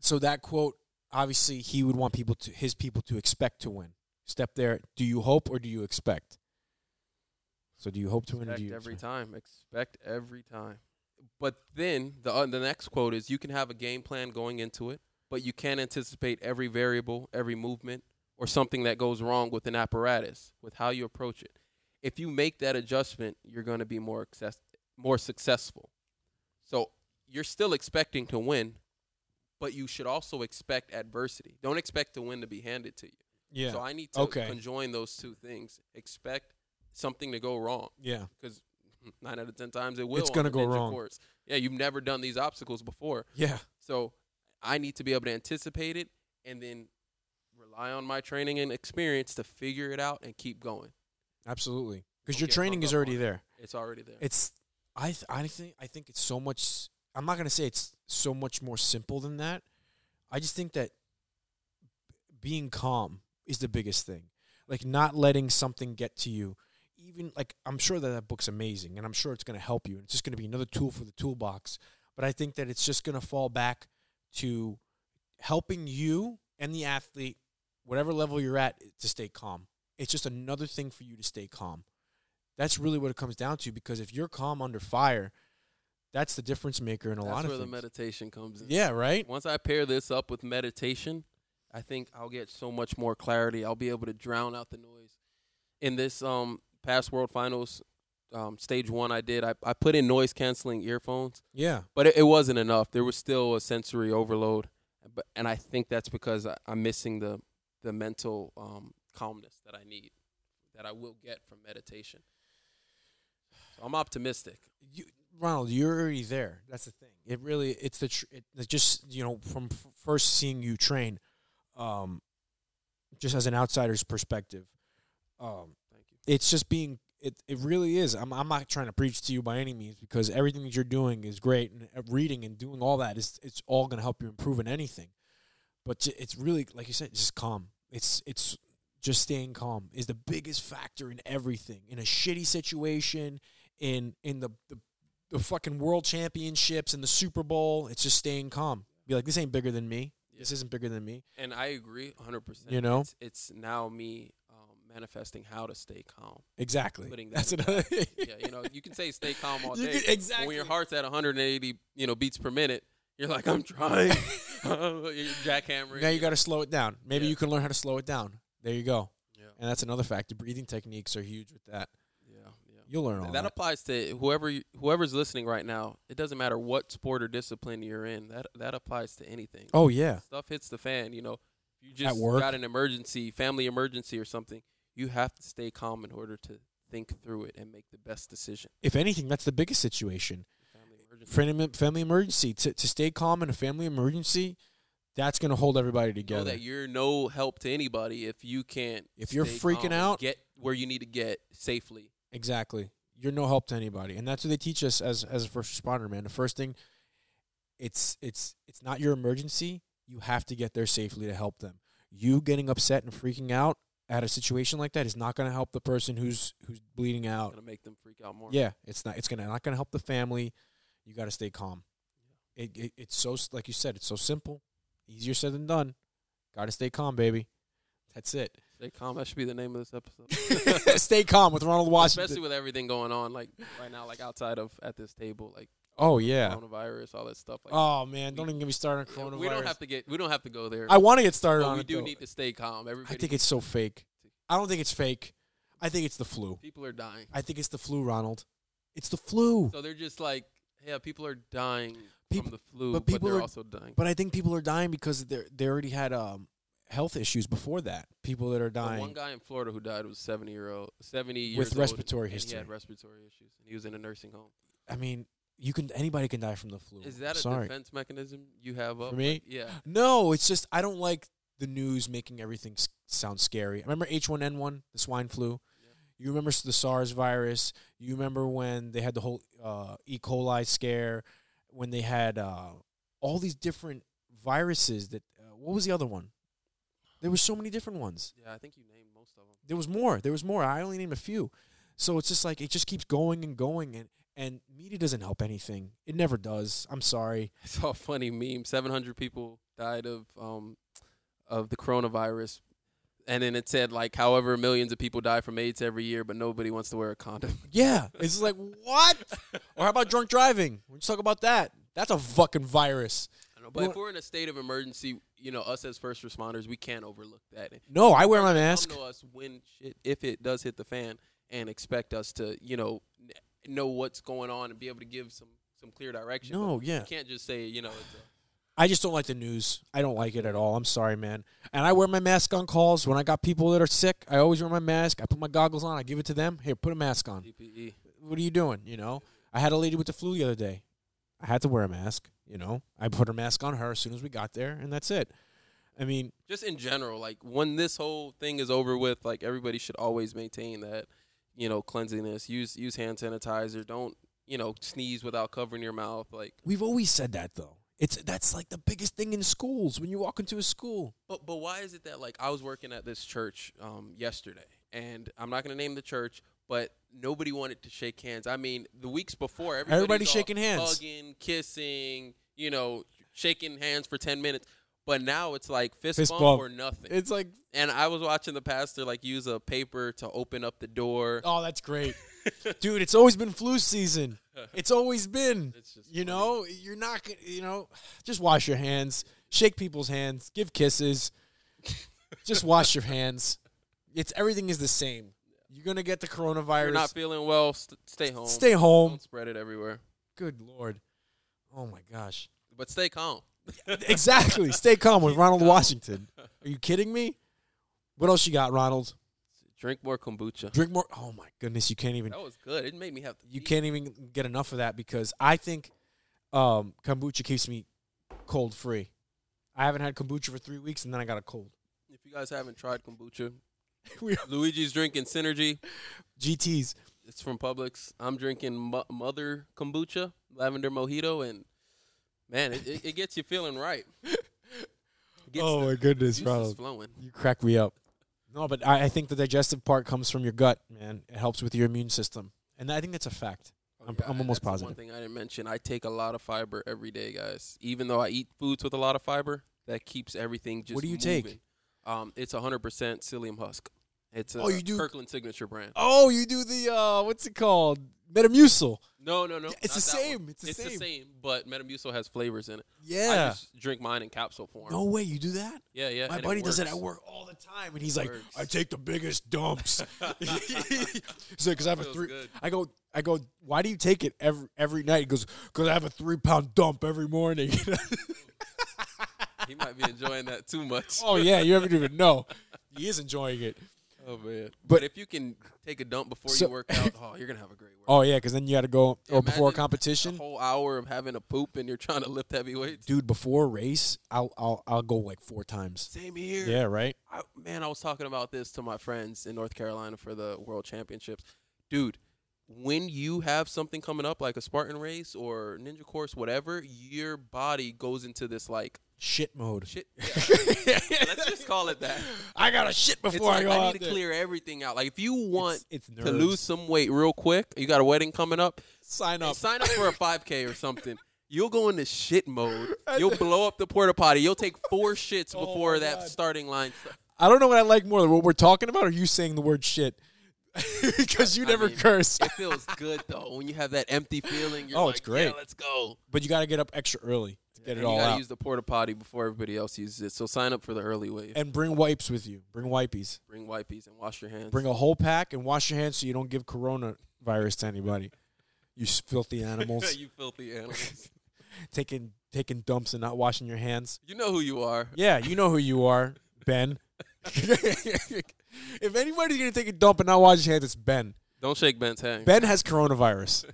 so that quote, obviously, he would want people to his people to expect to win. Step there. Do you hope or do you expect? So do you hope to Expect interview? every time. Expect every time. But then the uh, the next quote is you can have a game plan going into it, but you can't anticipate every variable, every movement, or something that goes wrong with an apparatus, with how you approach it. If you make that adjustment, you're going to be more access- more successful. So you're still expecting to win, but you should also expect adversity. Don't expect the win to be handed to you. Yeah. So I need to Okay. conjoin those two things. Expect something to go wrong yeah. because nine out of ten times it will. It's on gonna the go ninja wrong. course. Yeah, you've never done these obstacles before, Yeah. so I need to be able to anticipate it and then rely on my training and experience to figure it out and keep going. Absolutely. Because Don't your get training hung is up already on it. there. It's already there. It's I th- I think I think it's so much. I'm not gonna say it's so much more simple than that. I just think that being calm is the biggest thing. Like not letting something get to you. Even like I'm sure that that book's amazing, and I'm sure it's gonna help you. And it's just gonna be another tool for the toolbox. But I think that it's just gonna fall back to helping you and the athlete, whatever level you're at, to stay calm. It's just another thing for you to stay calm. That's really what it comes down to because if you're calm under fire, that's the difference maker in a That's lot where of the things. meditation comes in. yeah, right? Once I pair this up with meditation, I think I'll get so much more clarity. I'll be able to drown out the noise. In this um past World Finals um, stage one, I did I, I put in noise canceling earphones. Yeah. but it, it wasn't enough. There was still a sensory overload, but and I think that's because I, I'm missing the the mental um, calmness that I need, that I will get from meditation. So I'm optimistic. you, Ronald, you're already there. That's the thing. It really, it's the, tr- it, it's just you know, from f- first seeing you train, um, just as an outsider's perspective, um, Thank you. it's just being. It, it really is. I'm, I'm not trying to preach to you by any means because everything that you're doing is great and uh, reading and doing all that is it's all going to help you improve in anything. But j- it's really like you said, just calm. It's it's just staying calm is the biggest factor in everything. In a shitty situation, in in the the, the fucking world championships and the Super Bowl, it's just staying calm. Be like, this ain't bigger than me. This isn't bigger than me. And I agree 100%. You know? it's, it's now me um, manifesting how to stay calm. Exactly. Putting that That's in another. Yeah, you know, you can say stay calm all You day. could- exactly. When your heart's at 180, you know, beats per minute, you're like, I'm trying. you're jackhammering. Now you got to slow it down. Maybe Yeah. you can learn how to slow it down. There you go. Yeah, And that's another factor. Breathing techniques are huge with that. yeah, yeah. You'll learn all Th- that. that applies to whoever you- whoever's listening right now. It doesn't matter what sport or discipline you're in. That that applies to anything. Oh yeah, Stuff hits the fan. You know, if you just work. got an emergency, family emergency or something. You have to stay calm in order to think through it and make the best decision. if anything, that's the biggest situation. Family emergency. Family, family emergency. To, to stay calm in a family emergency, that's going to hold everybody know together. Oh, that you're no help to anybody if you can't. If you're stay freaking calm and out- get where you need to get safely. Exactly. You're no help to anybody, and that's what they teach us as as a first responder, man. The first thing, it's it's it's not your emergency. You have to get there safely to help them. You getting upset and freaking out at a situation like that is not going to help the person who's who's bleeding out. Gonna make them freak out more. Oh. Yeah, it's not. It's gonna not gonna help the family. You got to stay calm. It, it it's so s- like you said. It's so simple, easier said than done. Got to stay calm, baby. That's it. Stay calm. That should be the name of this episode. stay calm with Ronald Especially Washington. with everything going on, like right now, like outside of at this table, like Oh yeah. coronavirus, all that stuff. Like, Oh man, don't even get me started yeah, on coronavirus. we don't have to get, we don't have to go there. I want to get started but on we it. do though. need to stay calm. I Everybody, think it's so fake. I don't think it's fake. I think it's the flu. people are dying, I think it's the flu, Ronald. It's the flu. so they're just like, yeah, people are dying People- from the flu, but but, people they're are- also dying. But I think people are dying because they they already had um health issues before that. People that are The dying. one guy in Florida who died was seventy year old, seventy years With old, respiratory and He history. had respiratory issues, and he was in a nursing home. I mean, you can anybody can die from the flu. Is that a Sorry. defense mechanism you have up? For me? yeah. No, it's just I don't like the news making everything s- sound scary. Remember H1N1, the swine flu? Yeah. You remember s- the SARS virus? You remember when they had the whole uh, E. coli scare? When they had uh, all these different viruses that uh, what was the other one? There were so many different ones. Yeah, I think you named most of them. There was more. There was more. I only named a few. So it's just like it just keeps going and going and and media doesn't help anything. It never does. I'm sorry. I saw a funny meme. Seven hundred people died of um of the coronavirus. and then it said like however millions of people die from AIDS every year, but nobody wants to wear a condom. Yeah, it's just like what? or how about drunk driving? We just talk about that. That's a fucking virus. But Well- if we're in a state of emergency, you know, us as first responders, we can't overlook that. And No, I wear my Come mask. to us when shit, if it does hit the fan, and expect us to, you know, n- know what's going on and be able to give some some clear direction. But No, yeah. you can't just say, you know, it's a, I just don't like the news. I don't like it at all. I'm sorry, man. And I wear my mask on calls when I got people that are sick. I always wear my mask. I put my goggles on. I give it to them. Here, put a mask on. PPE. What are you doing? You know, I had a lady with the flu the other day. I had to wear a mask. You know, I put her mask on her as soon as we got there, and that's it. I mean, Just in general, like when this whole thing is over with, like everybody should always maintain that, you know, cleanliness. Use use hand sanitizer. Don't you know sneeze without covering your mouth. Like, we've always said that though. It's that's like the biggest thing in schools when you walk into a school. But but why is it that like I was working at this church um, yesterday, and I'm not going to name the church, but nobody wanted to shake hands. I mean, the weeks before, everybody's Everybody's all shaking hands. hugging, kissing, you know, shaking hands for ten minutes. But now it's like fist, Fist bump, bump. or nothing. It's like, and I was watching the pastor like use a paper to open up the door. oh, that's great, dude. It's always been flu season. It's always been. It's just you know, you're not gonna. You know, just wash your hands, shake people's hands, give kisses. just wash your hands. It's everything is the same. You're gonna get the coronavirus. If you're not feeling well, st- stay home. Stay home. Don't spread it everywhere. Good lord. Oh my gosh. But stay calm. Exactly. Stay calm with Ronald calm. Washington. Are you kidding me? What else you got, Ronald? Drink more kombucha. Drink more. Oh my goodness, you can't even That was good. It made me have. To you pee. can't even get enough of that because I think um, kombucha keeps me cold free. I haven't had kombucha for three weeks and then I got a cold. If you guys haven't tried kombucha, We are- Luigi's drinking Synergy. GTs. It's from Publix. I'm drinking Mo- Mother Kombucha, Lavender Mojito, and man, it, it, it gets you feeling right. It gets Oh the my goodness, juices Ronald. flowing. You crack me up. No, but I, I think the digestive part comes from your gut, man. It helps with your immune system. And I think that's a fact. I'm- Yeah, I'm almost that's the positive. One thing I didn't mention: I take a lot of fiber every day, guys. Even though I eat foods with a lot of fiber, that keeps everything just. What do you moving. take? Um, it's 100% psyllium husk. It's a Oh, you do- Kirkland signature brand. Oh, you do the uh, what's it called? Metamucil. No, no, no. it's not the that one. same. It's the same. but Metamucil has flavors in it. Yeah. I just drink mine in capsule form. no way, you do that? Yeah, yeah. My and buddy does it works. at work all the time, and he's like, works. "I take the biggest dumps." he's like, "Cause I have a Feels three. good. I go, I go. Why do you take it every every night? He goes, "Cause I have a three pound dump every morning." He might be enjoying that too much. oh yeah, you haven't even know. He is enjoying it. Oh, man. But- But, if you can take a dump before So- you work out, oh, you're gonna have a great workout. Oh yeah, because then you got to go or before a Imagine competition, A whole hour of having a poop and you're trying to lift heavy weights. dude. Before a race, I'll I'll I'll go like four times. Same here. Yeah, right. I, man, I was talking about this to my friends in North Carolina for the World Championships. Dude, when you have something coming up like a Spartan race or ninja course, whatever, your body goes into this like Shit mode. shit. Let's just call it that. I got to shit It's before I like go I out need to there. clear everything out. Like if you want It's, it's to nerves. lose some weight real quick, you got a wedding coming up. Sign Hey, up. sign up for a 5K or something. You'll go into shit mode. You'll blow up the porta potty. You'll take four shits Oh, before my that God. starting line. st- I don't know what I like more, what we're talking about, or you saying the word shit, because you I never mean, curse. It feels good though when you have that empty feeling. You're Oh, like, it's great. Yeah, let's go. But you got to get up extra early to get And it you all gotta out, use the porta potty before everybody else uses it. So sign up for the early wave. and bring wipes with you. Bring wipies. Bring wipes and wash your hands. Bring a whole pack and wash your hands so you don't give coronavirus to anybody. You s- filthy animals, you filthy animals. taking taking dumps and not washing your hands. you know who you are. Yeah, you know who you are, Ben. if anybody's gonna take a dump and not wash his hands, it's Ben. Don't shake Ben's hand. Ben has coronavirus.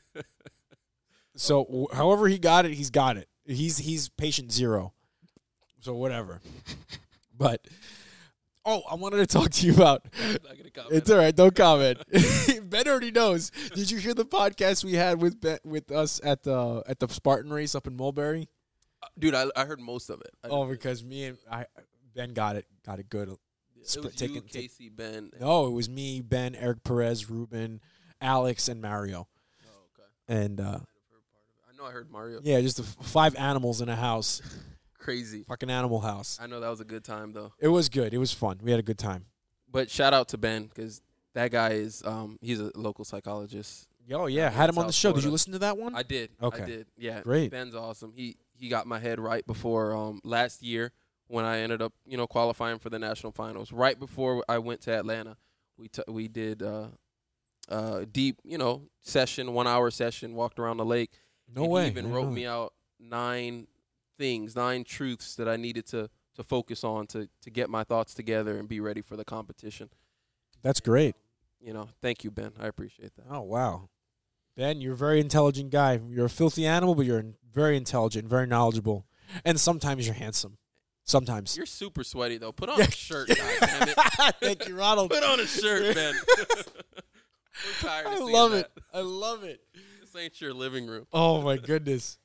so w- however he got it, he's got it. He's he's patient zero. So whatever. But oh, I wanted to talk to you about. I'm not gonna comment It's all right. Don't comment. ben already knows. Did you hear the podcast we had with ben, with us at the at the Spartan race up in Mulberry? Dude, I, I heard most of it. I Oh, didn't- because me and I Ben got it got it good. it split was taken- you, take- Casey, Ben. and- No, it was me, Ben, Eric Perez, Ruben, Alex, and Mario. Oh, okay. And uh, I know I heard Mario. yeah, just the f- five animals in a house. Crazy. fucking Animal House. I know that was a good time though. It was good. It was fun. We had a good time. But shout out to Ben because that guy is um, he's a local psychologist. Oh yeah, in had him on the South show. Did you Florida. listen to that one? I did. Okay. I did. Yeah. Great. Ben's awesome. He he got my head right before um, last year when I ended up you know qualifying for the national finals. Right before I went to Atlanta, we t- we did uh, uh, deep you know session, one hour session, walked around the lake. no and way. He even I didn't wrote know me out nine things, nine truths that I needed to to focus on to to get my thoughts together and be ready for the competition. that. That's great. You know, thank you, Ben. I appreciate that. Oh wow, Ben, you're a very intelligent guy. You're a filthy animal, but you're very intelligent, very knowledgeable, and sometimes you're handsome. Sometimes. You're super sweaty though. Put on a shirt, goddamn it. Thank you, Ronald. Put on a shirt, Ben. We're tired. of I seeing love that. it. I love it. This ain't your living room. Oh my goodness.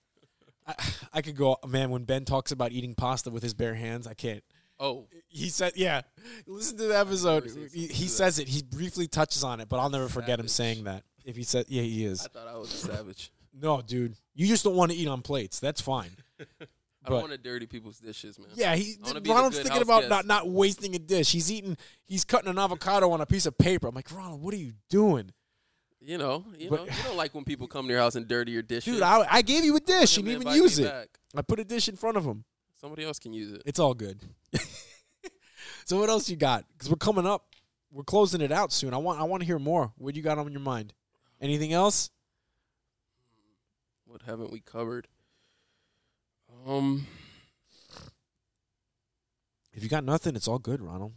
I, I could go, man. When Ben talks about eating pasta with his bare hands, I can't. Oh, He said, "Yeah, listen to the episode." seen He, someone he do that. says it. He briefly touches on it, but I'll never forget him Savage. saying that. If he said, "Yeah, he I is." thought I was a savage. No, dude, you just don't want to eat on plates. That's fine. I But- don't want to dirty people's dishes, man. Yeah, he. wanna be the Ronald's good thinking house about guest. not not wasting a dish. He's eating. He's cutting an avocado on a piece of paper. I'm like, Ronald, what are you doing, You know, you But- know, you don't like when people come to your house and dirty your dishes. dude? I, I gave you a Tell dish. You them to didn't even invite use me it. back. I put a dish in front of him. Somebody else can use it. It's all good. so what else you got? Because we're coming up. We're closing it out soon. I want. I want to hear more. What you got on your mind? Anything else? What haven't we covered? Um, If you got nothing, it's all good, Ronald.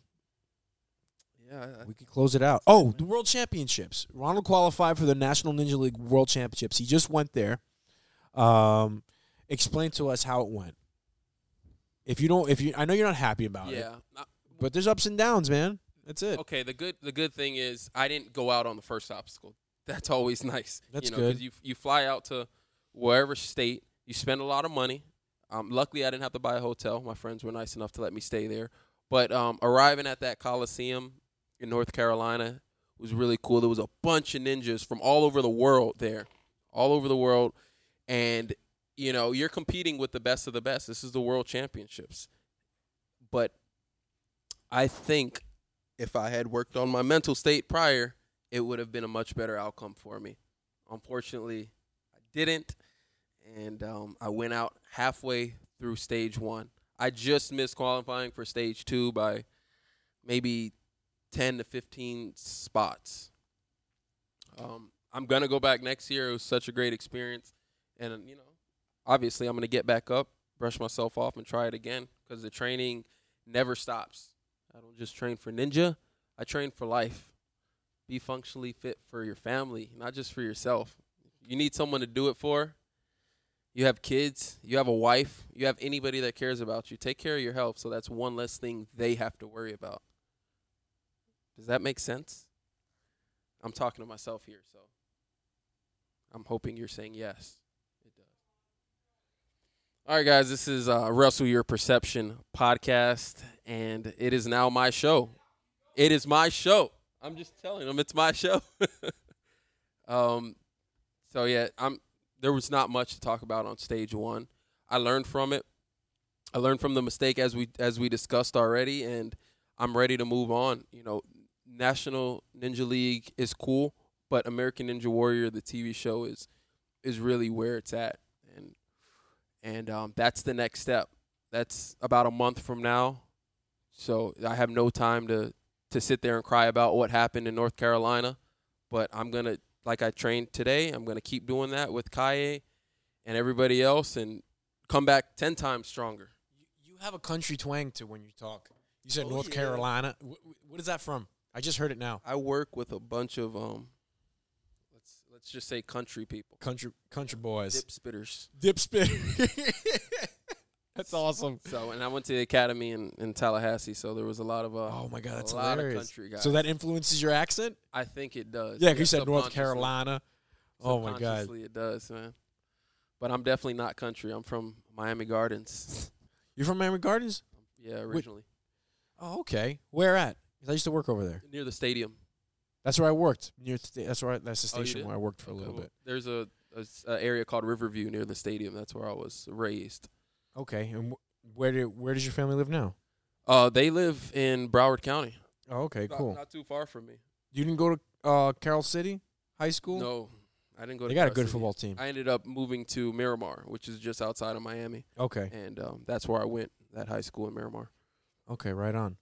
yeah, I- I- We can close it out. Oh, the World Championships. Ronald qualified for the National Ninja League World Championships. He just went there. Um, explain to us how it went. If you don't, if you, I know you're not happy about it, yeah. I- but there's ups and downs, man. That's it. okay the good the good thing is i didn't go out on the first obstacle that's always nice That's you know, 'cause good. you, you fly out to wherever state you spend a lot of money um, luckily i didn't have to buy a hotel my friends were nice enough to let me stay there but um, arriving at that coliseum in north carolina was really cool there was a bunch of ninjas from all over the world there all over the world and you know you're competing with the best of the best this is the world championships but i think if I had worked on my mental state prior, it would have been a much better outcome for me. Unfortunately, I didn't, and um, I went out halfway through stage one. I just missed qualifying for stage two by maybe 10 to 15 spots. Um, I'm going to go back next year. It was such a great experience. And, you know, obviously, I'm going to get back up, brush myself off, and try it again because the training never stops. I don't just train for ninja, I train for life. Be functionally fit for your family, not just for yourself. You need someone to do it for. You have kids, you have a wife, you have anybody that cares about you. Take care of your health, so that's one less thing they have to worry about. Does that make sense? I'm talking to myself here, so I'm hoping you're saying yes. It does. All right, guys, this is uh, Wrestle Your Perception podcast, and it is now my show. It is my show. I'm just telling them it's my show. um, so yeah, I'm. There was not much to talk about on stage one. I learned from it. I learned from the mistake as we as we discussed already, and I'm ready to move on. You know, National Ninja League is cool, but American Ninja Warrior, the TV show, is is really where it's at, and and um, that's the next step. That's about a month from now, so I have no time to to sit there and cry about what happened in North Carolina. But I'm gonna, like I trained today, I'm gonna keep doing that with Kaye and everybody else, and come back ten times stronger. You have a country twang to when you talk. You said Oh, North yeah. Carolina. Wh- wh- what is that from? I just heard it now. I work with a bunch of um, let's let's just say country people, Country, country boys. dip spitters. Dip, spit. That's awesome. So, and I went to the academy in, in Tallahassee, so there was a lot of uh, Oh my god, that's a lot hilarious. of country guys. So that influences your accent? I think it does. Yeah, 'cause you said North subconsciously. Carolina. Oh my god. Subconsciously it does, man. But I'm definitely not country. I'm from Miami Gardens. You're from Miami Gardens? yeah, originally Oh, okay. Where at? 'Cause I used to work over there. near the stadium. That's where I worked. Near the sta- that's where I, that's the Oh, you station did? where I worked for a Okay, little well, bit. There's a, a s- a area called Riverview near the stadium. That's where I was raised. Okay, and wh- where do where does your family live now? Uh, they live in Broward County. Oh, okay, Not- cool. Not too far from me. You didn't go to uh, Carroll City High School? No, I didn't go. They to got a Carroll good City. football team. I ended up moving to Miramar, which is just outside of Miami, Okay. and um, that's where I went. That high school in Miramar. Okay, right on.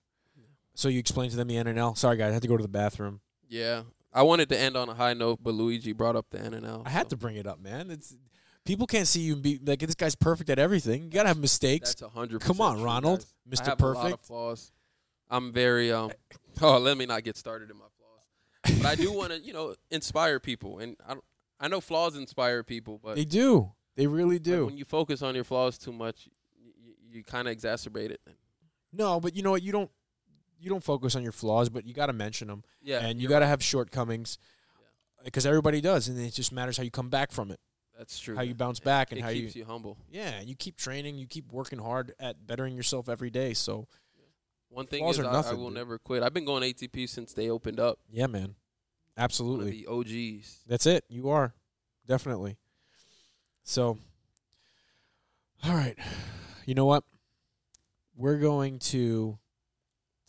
So you explained to them the NNL. Sorry, guys, I had to go to the bathroom. Yeah, I wanted to end on a high note, but Luigi brought up the NNL. I had so to bring it up, man. It's people can't see you and be like this guy's perfect at everything. You gotta have mistakes. That's a hundred. Come percent on, true, Ronald, guys. I Mister have A lot of Perfect. flaws. I'm very um. Oh, let me not get started in my flaws. But I do want to, you know, inspire people, and I don't, I know flaws inspire people, but They do. They really but do. when you focus on your flaws too much, you, you kind of exacerbate it. no, but you know what? You don't. You don't focus on your flaws, but you gotta mention them, Yeah, and you you're gotta have shortcomings, because everybody does, and it just matters how you come back from it, right. that's true. how you man. bounce back, and it how you keeps you humble. Yeah, you keep training, you keep working hard at bettering yourself every day. So One thing Flaws is, are I, I nothing, will dude. never quit. I've been going ATP since they opened up. yeah, man, One of absolutely. the OGs. That's it. You are definitely. So, all right, you know what? We're going to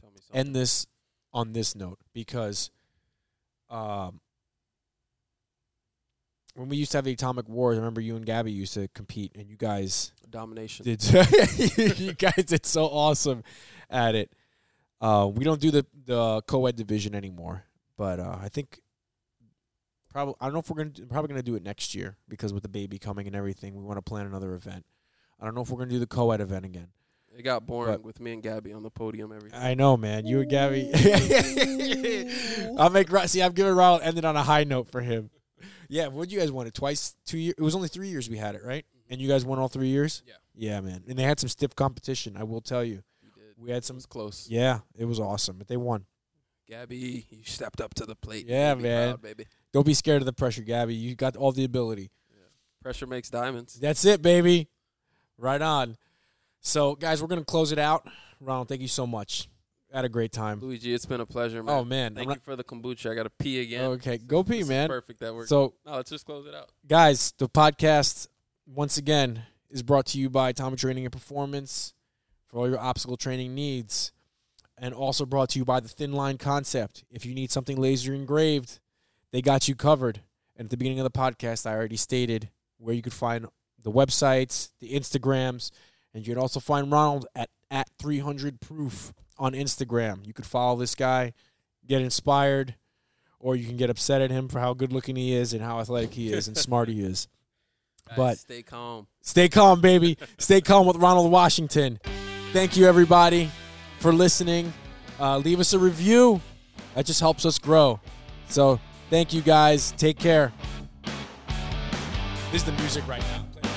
Tell me something. end this on this note because, um, when we used to have the atomic wars, I remember you and Gabby used to compete, and you guys domination. did you guys did so awesome at it. Uh, we don't do the the co-ed division anymore, but uh, I think probably I don't know if we're gonna do- probably gonna do it next year because with the baby coming and everything, we want to plan another event. I don't know if we're gonna do the co-ed event again. It got boring But- with me and Gabby on the podium every time. I know, man. You and Gabby. I'll make Ro- see. I've given Ronald ended on a high note for him. Yeah, what you guys won it twice? Two years? It was only three years we had it, right? And you guys won all three years. Yeah. Yeah, man. And they had some stiff competition. I will tell you, You did. we had It some. was close. Yeah, it was awesome, but they won. Gabby, you stepped up to the plate. Yeah, Be man. proud, baby. Don't be scared of the pressure, Gabby. You got all the ability. Pressure makes diamonds. That's it, baby. Right on. So, guys, we're gonna close it out. Ronald, thank you so much. Had a great time. Luigi, it's been a pleasure, man. Oh man, Thank I'm you for the kombucha. I got to pee not- again. okay, go pee, This is man. perfect. That works. So, no, let's just close it out. guys, the podcast once again is brought to you by Tommy Training and Performance for all your obstacle training needs, and also brought to you by the Thin Line Concept. If you need something laser engraved, they got you covered. And at the beginning of the podcast, I already stated where you could find the websites, the Instagrams, and you can also find Ronald at at 300 proof on Instagram. You could follow this guy, get inspired, or you can get upset at him for how good looking he is and how athletic he is and smart he is. Guys, But- stay calm. Stay calm, baby. Stay calm with Ronald Washington. Thank you, everybody, for listening. Uh, leave us a review. That just helps us grow. So, thank you, guys. Take care. This is the music right now.